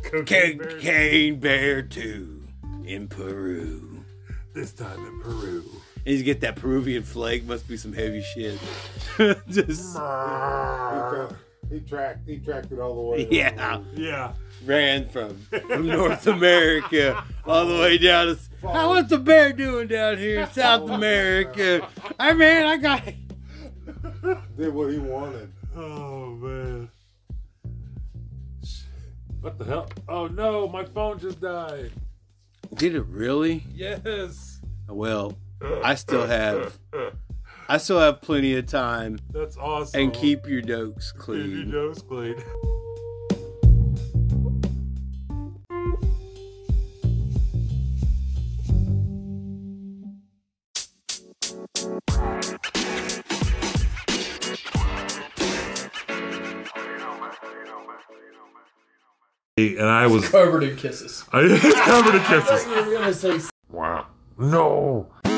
Speaker 2: Cocaine bear.
Speaker 1: Cocaine Bear too in Peru.
Speaker 2: This time in Peru.
Speaker 1: And you get that Peruvian flake. Must be some heavy shit. Just
Speaker 3: He, tra- he tracked. He tracked it all the way.
Speaker 1: yeah,
Speaker 2: Yeah.
Speaker 1: ran from from North America all the way down. To, How what's the bear doing down here in South America? I mean, I got
Speaker 3: Did what he wanted.
Speaker 2: Oh man. What the hell? Oh no, my phone just died.
Speaker 1: Did it really?
Speaker 2: Yes.
Speaker 1: Well, I still have. I still have plenty of time
Speaker 2: That's awesome.
Speaker 1: and keep your dokes
Speaker 2: Keep your
Speaker 1: clean.
Speaker 2: nose clean. And I was
Speaker 4: Covered in kisses.
Speaker 2: I covered in kisses.
Speaker 4: You were gonna say
Speaker 2: Wow. No.